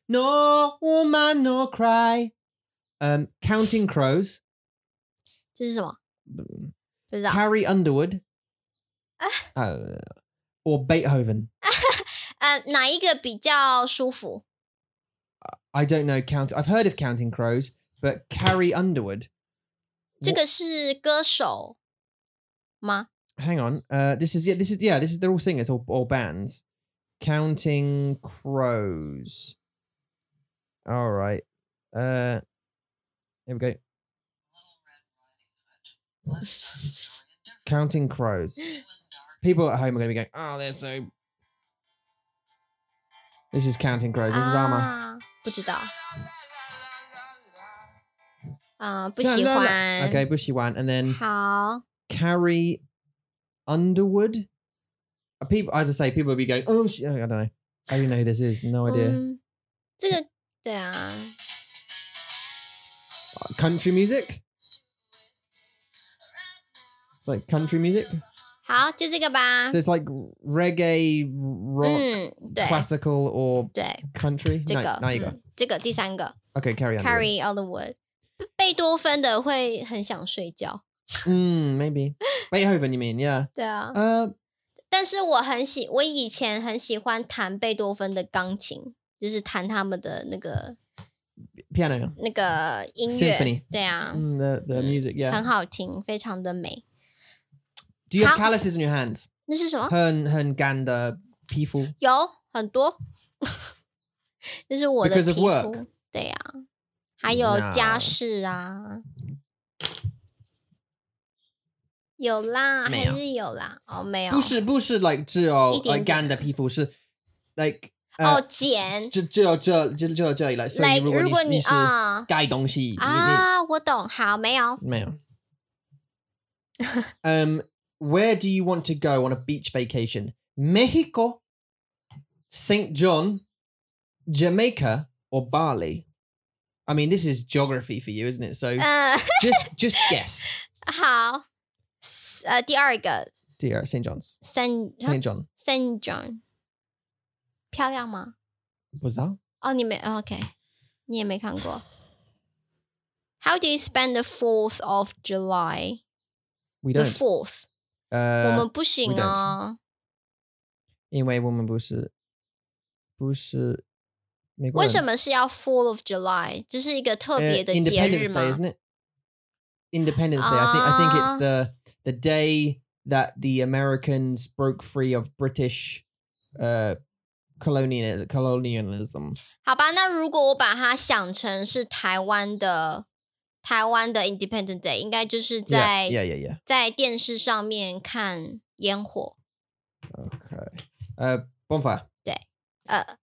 No woman, no cry. Um, Counting Crows. 这是什么？不知道。 Carrie Underwood. Ah. Uh, or Beethoven. 呃，哪一个比较舒服？ I don't know. Count. I've heard of Counting Crows, but Carrie Underwood. 这个是歌手吗？ Hang on. Uh, this is yeah. This is yeah. This is they're all singers or, or bands. Counting Crows. All right. Uh, here we go. Counting Crows. People at home are going to be going, oh, they're so. This is Counting Crows. This is 啊，Arma. 不知道。啊、不啦喜啦啦欢。 Okay, Bushy Wan. And then 好， Carrie Underwood. Uh, People, as I say, people will be going, oh, she, I don't know. I don't know who this is. No idea. 嗯，这个对啊， Country music? It's like country music. 好，就这个吧 So。it's like reggae, rock, 嗯，对 classical, or 对， country. 这 No, 个 no, you go. 嗯这个第三个 Okay, carry Mm. on. Carrie. Carry on the Wood，贝多芬的会很想睡觉。Mm, maybe. Beethoven, you mean? Yeah. 对啊， Uh, 但是我很喜，我以前很喜欢弹贝多芬的钢琴，就是弹他们的那个 piano. 那个音乐 Symphony。对啊， Mm, the the Mm. music, yeah. 很好听，非常的美。 Do you have How- calluses on your hands? 那是什么？ Hern, hern, gander, people. 有很多， 这是我的 Because 皮 of 肤 work.。嗯对呀、还有 No. 家事啊，有啦，没还有是有啦。哦，没有，不是不是 like 只有 like 一点点。 gander people 是 like uh, 哦，呃剪。只只有这只只有这里 like 所以 Oh, like ah. 如果你你啊盖东西，你-你-啊，我懂，好，没有。没有。um, where do you want to go on a beach vacation? Mexico, St. John, Jamaica, or Bali? I mean, this is geography for you, isn't it? So 嗯， just just guess. 好。呃，第二个 Dear St. John's, San St. John. San John，漂亮吗？ Was that? 哦，你没哦 OK，你也没看过。How do you spend the Fourth of July? We The don't. Fourth，我 Uh, 们不行 don't 哦。因为我们不是不是美国人。为什么是要 Fourth of July？这是一个特 Uh, 别的节 Independence 日 Day, 吗？ isn't it? Independence Day. I think I think it's Ah. the the day that the Americans broke free of British uh colonial colonialism. 好吧，那如果我把它想成是台湾的台湾的 Independent Day，应该就是在 Yeah, yeah, yeah, yeah. 在电视上面看烟火。 Okay. Uh, bonfire. 呃，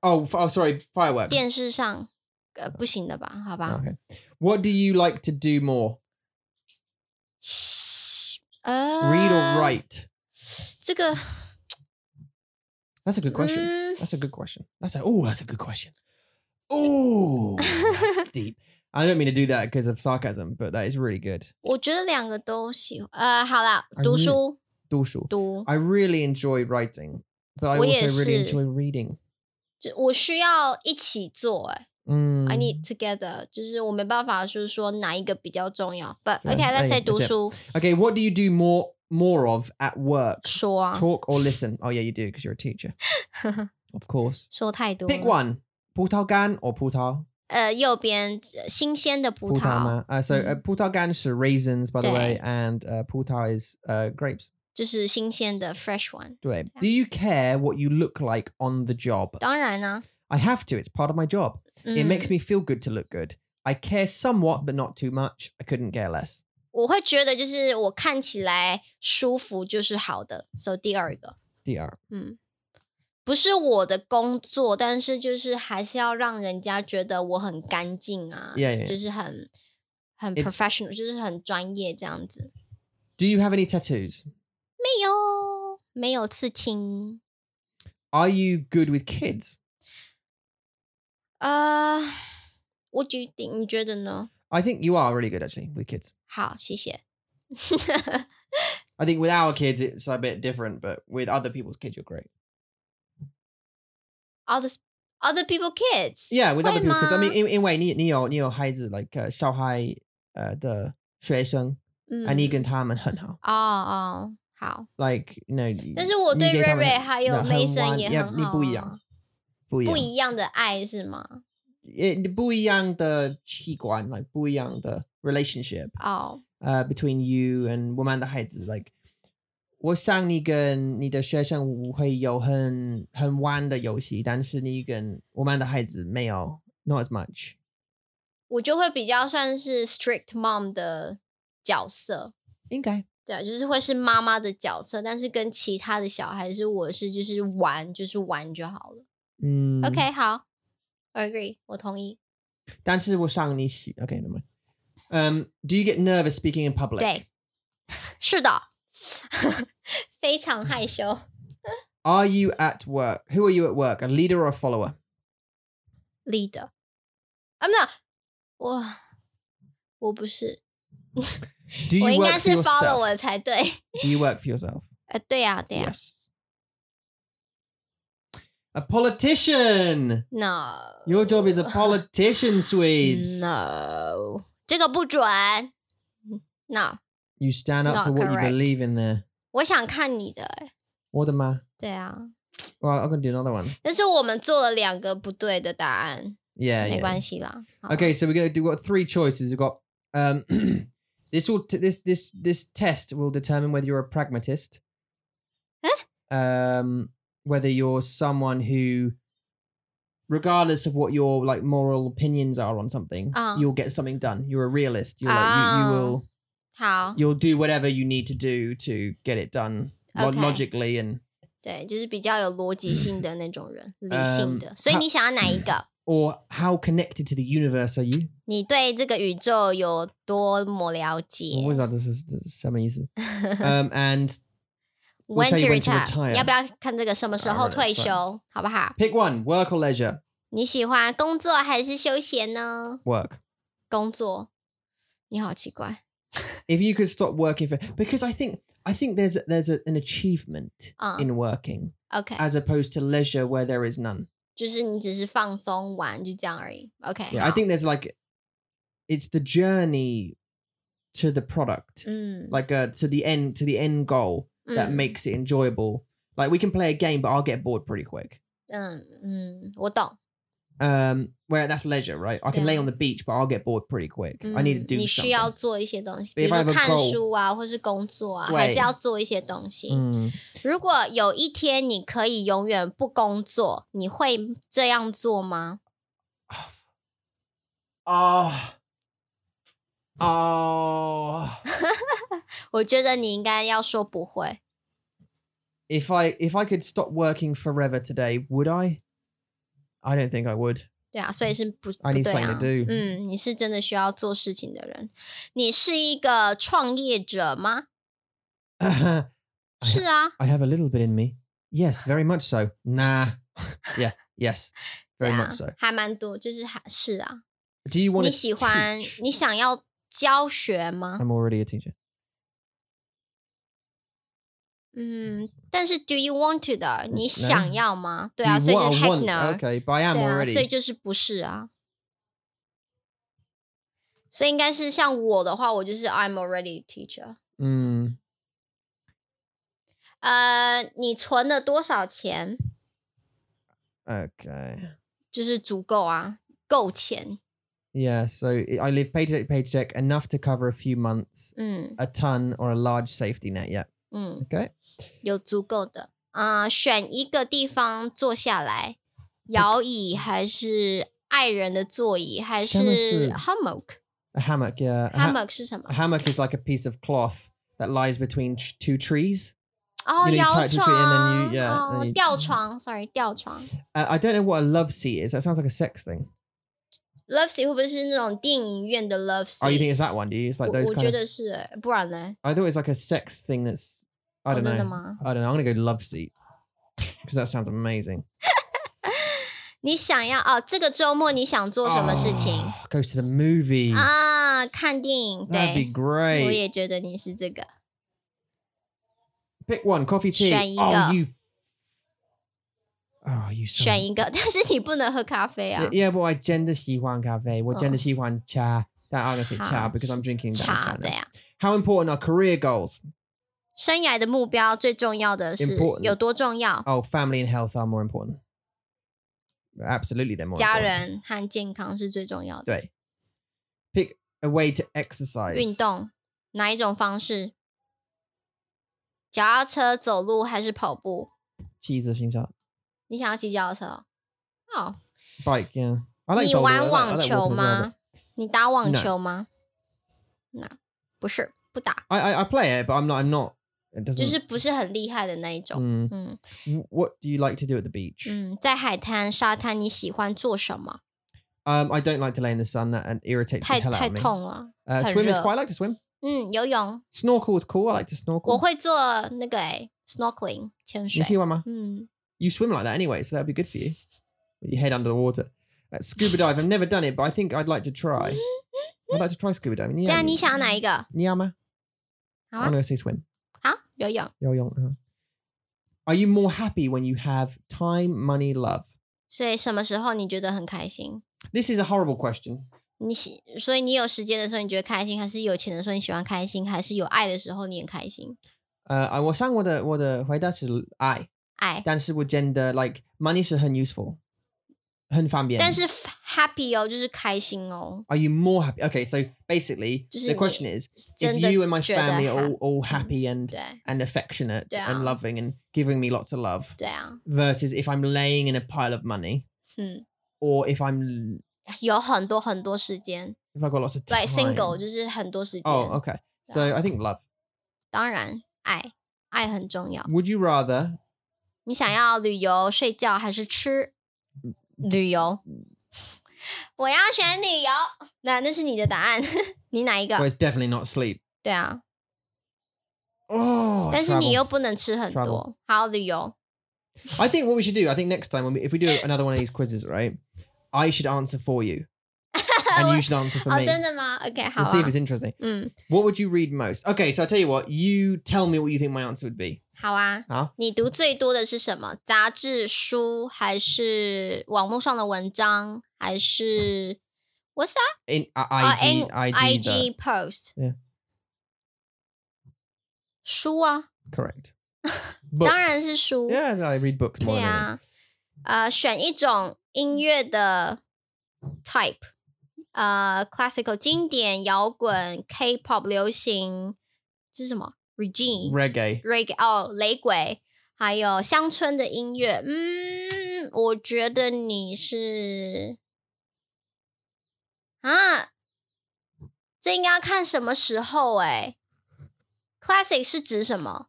Oh, f- oh, sorry, fireworks. 电视上呃不行的吧？好吧， Okay. What do you like to do more, 呃 read or write? 这个 That's a good question. 嗯， That's a good question. That's a oh, that's a good question. Oh, that's deep. I don't mean to do that because of sarcasm, but that is really good. 我觉得两个都喜欢。呃，好啦， I 读 knew it. 书读书.读， I really enjoy writing, but I also really 我也是。 enjoy reading. 就我需要一起做、哎、 Mm. i need together，就是我没办法，就是说哪一个比较重要。But Yeah, OK，let's I say think 读 that's it. 书 Okay, what do you do more more of at work? 说啊， Talk or listen? Oh yeah, you do because you're a teacher. of course. 说太多 Pick 了。 one. 葡萄干 or 葡萄?呃，右边呃新鲜的葡萄，葡萄吗? Uh, so uh, 葡萄干 is raisins, by the way, 对。 and uh, 葡萄 is uh, grapes. 就是新鲜的 fresh one。对. Do you care what you look like on the job? 当然啦、 I have to. It's part of my job. 嗯 It makes me feel good to look good. I care somewhat, but not too much. I couldn't care less. 我会觉得就是我看起来舒服就是好的。So 第二个， DR. 嗯，不是我的工作，但是就是还是要让人家觉得我很干净啊 Yeah, yeah, yeah. 就是很很 It's- professional，就是很专业这样子。 Do you have any tattoos? 没有，没有刺青， Are you good with kids? 呃、我决定，你觉得呢？ I think you are really good actually with kids. 好，谢谢。 I think with our kids it's a bit different, but with other people's kids you're great. other other people kids. Yeah, with other Wait, people's kids. I mean, Ma. in, in way, 你你有你有孩子 like 呃、uh, 小孩呃的学生，嗯 and 你跟他们很好。哦哦好， Like you know，但是我你对给他们 Ray Ray 很还有很 Mason 弯也呀很你不一好样啊，不一不样，一样的爱是吗？呃你不一样的器官，like 不一样的 relationship，哦，呃、between you and 我们的孩子，like 我想你跟你的学生会有很很玩的游戏，但是你跟我们的孩子没有 not as much。我就会比较算是 strict mom 的角色，应该对啊，就是会是妈妈的角色，但是跟其他的小孩是我是就是玩就是玩就好了。嗯 OK，好，agree，我同意。但是我想你喜 OK，那么嗯，Do you get nervous speaking in public？对， 是的， 非常害羞。 Are you at work? Who are you at work? A leader or a follower? leader。I'm not，我我不是， Do you 我应 work 该 for 是 yourself? follower 才对。 Do you work for yourself? 呃，对呀、对呀、 Yes. A politician. No, Your job is a politician, 嗯 Sweeps. no，这个不准。No， You stand up Not for what correct. you believe in there. 我想看你的、欸。 What am I? 对啊， Well, I'm going to do another one. 但是我们做了两个不对的答案， Yeah. 没 yeah. 关系啦。好吧 Okay, so we're going to do what three choices. We've got um, this will t- this this this test will determine whether you're a pragmatist. Um, whether you're someone who, regardless of what your like moral opinions are on something, Ah. you'll get something done. You're a realist. You're like, you, you Ah. will 好， you'll do whatever you need to do to get it done lo- Okay. logically and 对，就是比较有逻辑性的那种人，理性嗯的。所以他你想要哪一个？ or how connected to the universe are you? 你对这个宇宙有多么了解 What was that? This is- this is- some easy. um, and We'll When tell to you when to retire？ retire. 你要不要看这个什么时 Alright, 候退 that's fine. 休，好不好？ pick one: work or leisure. 你喜欢工作还是休闲呢？ Work. 工作，你好奇怪， if you could stop working for because I think I think there's there's a, an achievement Uh. in working OK， as opposed to leisure where there is none. 就是你只是放松玩就这样而已。OK， Yeah, I 好 think there's like it's the journey to the product, 嗯 like uh, to the end to the end goal that 嗯 makes it enjoyable. Like we can play a game, but I'll get bored pretty quick. 嗯嗯，我懂。 Um, where that's leisure, right? I can lay Yeah. Mm, on the beach, but I'll get bored pretty quick. 嗯 I need to do 你需要 something. 做一些东西， But 比 if 如 I 说 have a 看 goal- 书啊，或是工作啊，还是对要做一些东西。 Mm. 如果有一天你可以永远不工作，你会这样做吗？ Ah, Oh, 我觉得你应该要说不会。 if I if I could stop working forever today, would I? I don't think I would. 对啊，所以是不不嗯 I need 对 something 啊 to do 嗯，你是真的需要做事情的人。你是一个创业者吗？ I 是啊， I have a little bit in me. Yes, very much so. Nah. yeah. Yes. 对 Very 啊 much so.，还蛮多，就是还是啊。 Do you want 你 to 喜 欢 teach? 你想要教学吗？ I'm already a teacher. 嗯，但是 do you want to 的，你 no 想要吗？对 Do 啊， you 所以就 want- 是 I want. heck no。 Okay, but I am 对啊，所以 already. 就是不是啊。所以应该是像我的话，我就是 I'm already a teacher。 Mm, 呃，你存了多少钱？ okay. 就是足够啊，够钱。 Yeah, so I- I live paycheck to paycheck, enough to cover a few months, 嗯 a ton or a large safety net. Yeah. 嗯， Okay. 有足够的。啊、选一个地方坐下来，摇椅还是爱人的座椅，还下面是啊是 hammock？hammock A hammock. Yeah. A, ha- 是什么 a？hammock is like a piece of cloth that lies between t- two trees. 哦， you know, you 摇 tie it to a tree and then 床， you- yeah, 嗯 and 哦 then you-，吊床，sorry，吊床。 Uh, I don't know what a love seat is. That sounds like a sex thing. Love Seat 会不会是那种电影院的 Love Seat？ Oh, you think it's that one? Do you use like 我 those 我 kind 觉 of? 得是欸，不然呢？ I thought it was like a sex thing. That's I 哦 don't 真的 know. 吗？ I don't know. I'm gonna go love seat because that sounds amazing. 你想要啊、这个周末你想做什么事情 Oh, go to the movies. 啊？看电影， That'd 对，be 我 great. 也觉得你是这个。 Pick one. Coffee, tea. Shall you Oh, go? you. Oh, you. son of 选一个，但是你不能喝咖啡啊 Yeah,。yeah, but I gender Xihuan cafe. Well, gender Xihuan cha. That I'm gonna say Oh. cha 好， because I'm drinking that. 茶 cha now. 对呀、 How important are career goals? 生涯的目标最重要的是 Important 有多重要？ Oh, family and health are more important. Absolutely, they're more. 家 important. 人和健康是最重要的。对。Pick a way to exercise. 运动哪一种方式？脚踏车、走路还是跑步？记忆之星下-你想要骑脚踏车哦？哦 Bike, yeah. I like 你 bowling, 玩 I like- 网 I like walking as 球 well, 吗？你打网 No 球吗？那、不是不打， but I, I I play it, but I'm not. I'm not. It 就 doesn't. 是不是很厉害的那一种。 Mm. 嗯 W- What do you like to do at the beach? 嗯，在海滩、沙滩，你喜欢做什么？ Um, I don't like to lay in the sun. That and irritates the 太 hell out 太 of me. 痛了。 Uh, 很 swim is 热。 quite. I like to swim. 嗯，游泳 Snorkel is cool. I like to snorkel. 我会做那个诶、snorkeling 潜你喜水。欢吗？嗯， You swim like that anyway, so that'd be good for you. With your head under the water. Uh, scuba dive. I've never done it, but I think I'd like to try. I'd like to try scuba diving. 这 Yeah. 样你嗯想要哪一个？ Niyama. 好 I'm 啊， gonna say swim. 好，游泳。 Yo-yong, uh-huh. Are you more happy when you have time, money, love? 所以什么时候你觉得很开心？ This is a horrible question. 你喜，所以你有时间的时候你觉得开心，还是有钱的时候你喜欢开心，还是有爱的时候你很开心？ Uh, I 我想我的我的回答是 I，爱，但是我觉得 like money 是很 useful，很方便。但是 f- happy 哦，就是开心哦， are you more happy? Okay, so basically 就是 the 你 question is 真 if 的 you and my 觉得 family 哈 are all, all happy and 对 and affectionate Yeah. and loving and giving me lots of love 对啊， versus if I'm laying in a pile of money 嗯， or if I'm 有很多很多时间 if I've got lots of time. ，like single 就是很多时间。 Oh, okay. So I think love. 当然，爱，爱很重要。 Would you rather 你想要旅游、睡觉还是吃？嗯旅游， 我要选旅游。那那是你的答案， 你哪一 well 个？ it's definitely not sleep. 对啊， Oh 但是你 travel. 又不能哦吃很 Travel 多。好，旅游， I think what we should do, I think next time when we, if we do another one of these quizzes, right? I should answer for you. And you should answer for 哦， me. 真的吗？OK，好 To see if 啊 it's，interesting. 嗯， What would you read most? Okay, so I tell you what, you tell me what you think my answer would be. 好啊。好你读最多的是什么？杂志、书，还是网络上的文章，还是 What's that？ In uh, Oh, IG, and IG, the- IG post。 Yeah 书啊， correct. 当然 Books. 是书。 Yeah, I read books more 对 than anything. 啊，呃，选一种音乐的 type，呃，classical 经典、摇滚、K-pop 流行，这是什么？Reggae、 reggae. reggae 哦，雷鬼，还有乡村的音乐。嗯，我觉得你是啊，这应该要看什么时候哎、Classic 是指什么？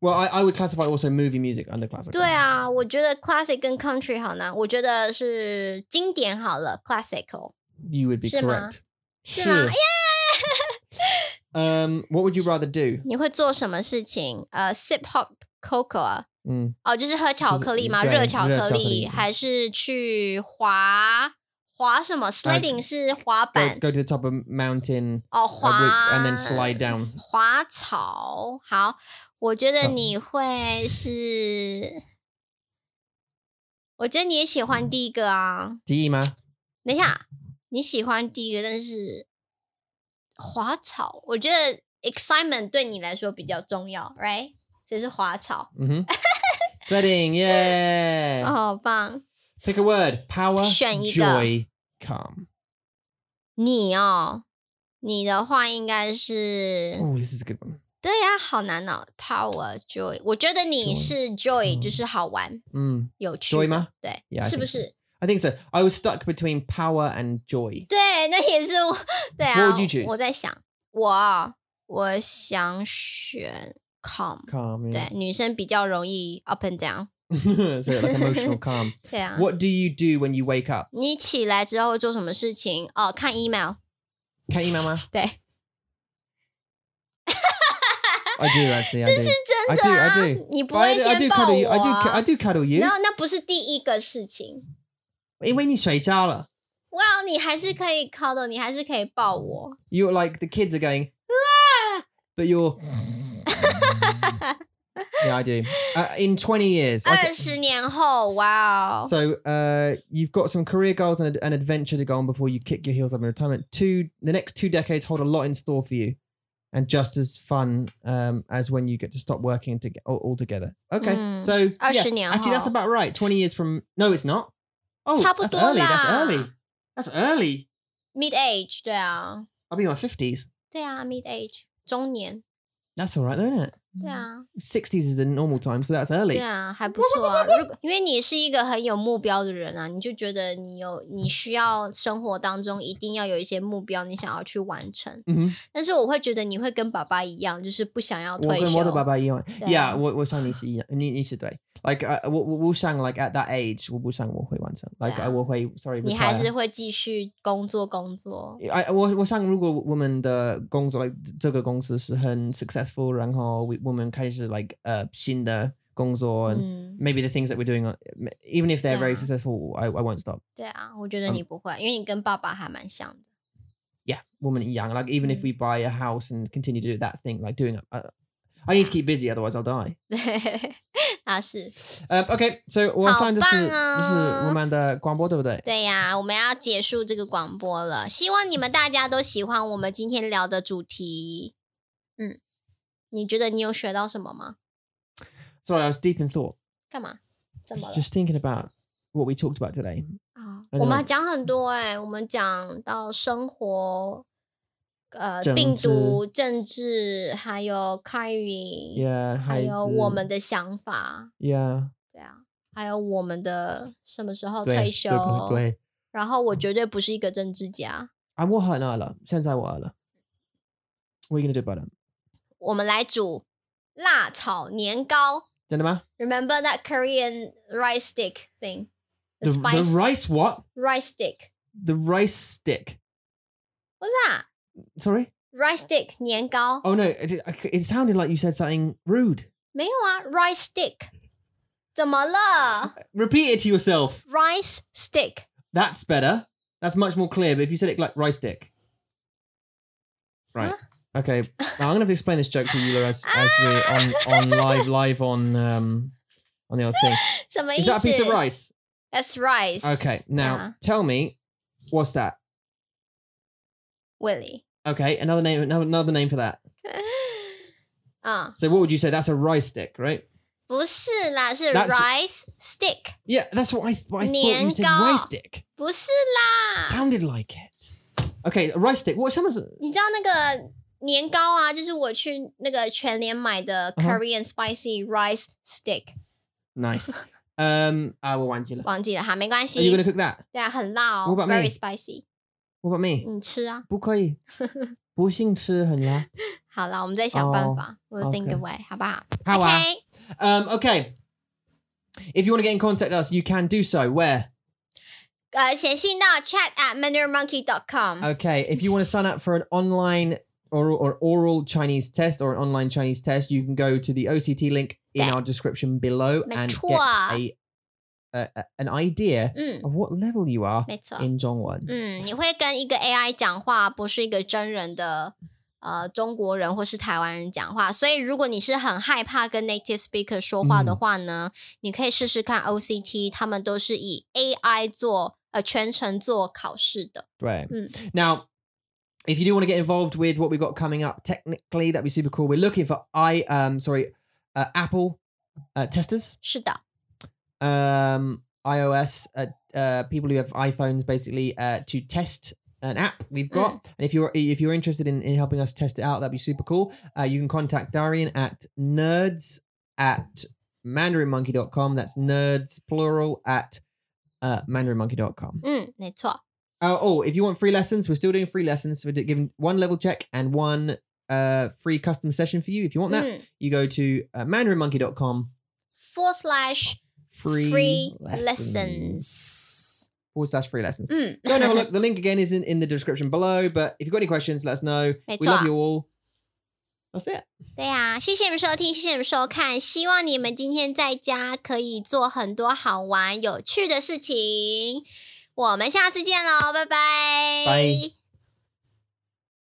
Well, I, I would classify also movie music under classical. 对啊，我觉得 classic 跟 country 好难，我觉得是经典好了，classical You would be 是吗？ correct. 是吗？耶！ Um, what would you rather do? 你会做什么事情？呃，sip hot cocoa 啊嗯，哦，就是喝巧克力吗？对热巧热克巧克力，力还是去滑滑什么？sledding 呃是滑 Go, 板 go to the top of a mountain 哦， uh, with- 滑 and then slide down. 滑草。好，我觉得哦你会是，我觉得你也喜欢第一个啊。第一吗？等一下，你喜欢第一个，但是滑草，我觉得 excitement 对你来说比较重要，right？这是滑草， Mhm. Sledding, yeah. 哦，好棒！ Pick a word. Power, 选一个。 joy, calm. 你哦，你的话应该是， Oh, this is a good one. 对呀、好难哦，power joy。我觉得你 Joy 是 joy，嗯就是好玩、 Mm. 有趣的 Joy 吗？对 Yeah, I 是不 think so. 是？ I think so. I was stuck between power and joy. 对，那也是我，对啊 What would you choose？我在想，我啊我想选 calm， Calm. 对，女生比较容易 up and down。 Yeah. so like emotional calm. 对啊。 What do you do when you wake up? 你起来之后会做什么事情？哦，看 email。 Can't you, Mama? 对， I do actually. I 这 do. 是真 I do. 的 I 啊！ do. 你不 But I 会 do, I 先 do 抱 cuddle you. 我 I do. 啊 cu- I do cuddle you. 然后那不是第一个事情。因为你睡着了。哇、你还是可以 cuddle，你还是可以抱我。 You're like the kids are going, 啊 "Ah!" but you're. yeah, I do. Uh, in 20 years. 二 Okay. 十年后，哇、哦！ So uh, you've got some career goals and an adventure to go on before you kick your heels up in retirement. Two, the next two decades hold a lot in store for you, and just as fun um, as when you get to stop working to all, all together. Okay, Mm. so Hmm. Oh, yeah, 20年 actually that's hall. about right. Twenty years from no, it's not. Oh, that's 差不多 early. That's 啦。 early. That's early. mid age，对啊， I'll be in my fifties. 对啊，mid age，中年， That's all right, though, isn't it? 对啊， Sixties is the normal time, so that's early. 对啊，还不错啊。如果因为你是一个很有目标的人啊，你就觉得你有你需要生活当中一定要有一些目标，你想要去完成。 Mhm. 但是我会觉得你会跟爸爸一样，就是不想要退休。我跟我的爸爸一样。对啊。 Yeah, 我我想你是一样，你你是对。Like uh, 我我我想 like at that age 我不想我会完成。Like 对啊。 uh, 我会 sorry 你还啊是会继续工作工作。 I 我我想如果我们的工作 like 这个公司是很 successful，然后我-我们开始 like 呃、uh, 新的工作、and 嗯， maybe the things that we're doing on even if they're very 对啊。 successful I I won't stop. 对啊，我觉嗯得你不会，因为你跟爸爸还蛮像的。 Yeah, 我们一样。Like even if 嗯。 we buy a house and continue to do that thing like doing uh, I need to keep busy otherwise I'll die. 对，那是 Um, OK，所以我 Oh, 上就是、就是好棒啊我们的广播，对不对？对呀、我们要结束这个广播了，希望你们大家都喜欢我们今天聊的主题。嗯，你觉得你有学到什么吗？ Sorry, I was deep in thought. 干嘛？怎么了？ Just thinking about what we talked about today. 啊，我那就们讲很多哎、我们讲到生活，呃，政病毒、政治，还有 Kyrie，、 Yeah，还孩子有我们的想法， Yeah，对啊，还有我们的什么时候对退休，对对。嗯然后我绝对不是一个政治家，啊，我很饿了，现在我饿了。What are you gonna do about it？我们来煮辣炒年糕真的吗，Remember that Korean rice stick thing, the the, the spice rice what? rice stick， The rice stick. 不是啊 Sorry. ，rice stick 年糕， Oh no, it, it sounded like you said something rude. 没有啊，rice stick，怎么了呃 Repeat it to yourself. ？rice stick， That's better. That's much more clear. But if you said it like rice stick, right? Okay, now I'm gonna have to explain this joke to you, Laura, as, as we're on, on live, live on um on the other thing. 什么意 Is 思 that a piece of rice? That's rice. Okay, now Yeah, tell me, what's that? Willy. Okay, another name, another, another name for that. 嗯， So what would you say? That's a rice stick, right? 不是啦，是 That's- rice stick， Yeah, that's what I, th- I thought you said. Niangao. Rice stick 不是啦。 sounded like it. Okay, a rice stick. What? someone's- 你知道那个年糕啊，就是我去那个全联买的嗯哼 Korean spicy rice stick， Nice. Um, I will want you. Are 忘记了哈，没关 you 系 gonna。cook that? 对啊，很辣哦 What about me? ，very spicy。 What about me? 你吃啊。不可以。不幸吃很 辣。好啦，我们再想办哦法。We'll think ，OK a way，好不好？好啊 OK， Um, okay. If you want to get in contact with us, you can do so. Where? 呃，写信到 chat at mandarinmonkey.com。 Okay. If you want to sign up for an online oral or oral Chinese test or an online Chinese test, you can go to the OCT link in Yeah. our description below and get Mature a, a, a- an idea 嗯， of what level you are 没错。 in Zhongwen. 嗯，你会跟一个 AI 讲话，不是一个真人的呃中国人或是台湾人讲话。所以，如果你是很害怕跟 native speaker 说话的嗯话呢，你可以试试看 OCT，他们都是以 AI 做呃全程做考试的。 Right. Mm. Now, if you do want to get involved with what we've got coming up, technically that'd be super cool. We're looking for i um sorry, uh, Apple uh, testers, 是的， um, iOS uh, uh, people who have iPhones basically uh, to test an app we've got. And if you're if you're interested in, in helping us test it out, that'd be super cool. Uh, you can contact Darian at nerds at mandarinmonkey.com. That's nerds plural at uh, mandarinmonkey.com. 嗯，没错， Uh, oh, if you want free lessons, we're still doing free lessons. We're do- giving one level check and one uh, free custom session for you. If you want that, 嗯 you go to uh, mandarinmonkey.com. ，four slash Free, free lessons. lessons， Forward slash free lessons. 嗯， Go and have a look. The link again is in, in the description below. But if you've got any questions, let us know. Hey, We love Tua. you all. That's it. 对呀、谢谢你们收听，谢谢你们收看，希望你们今天在家可以做很多好玩有趣的事情。我们下次见喽，拜拜，拜。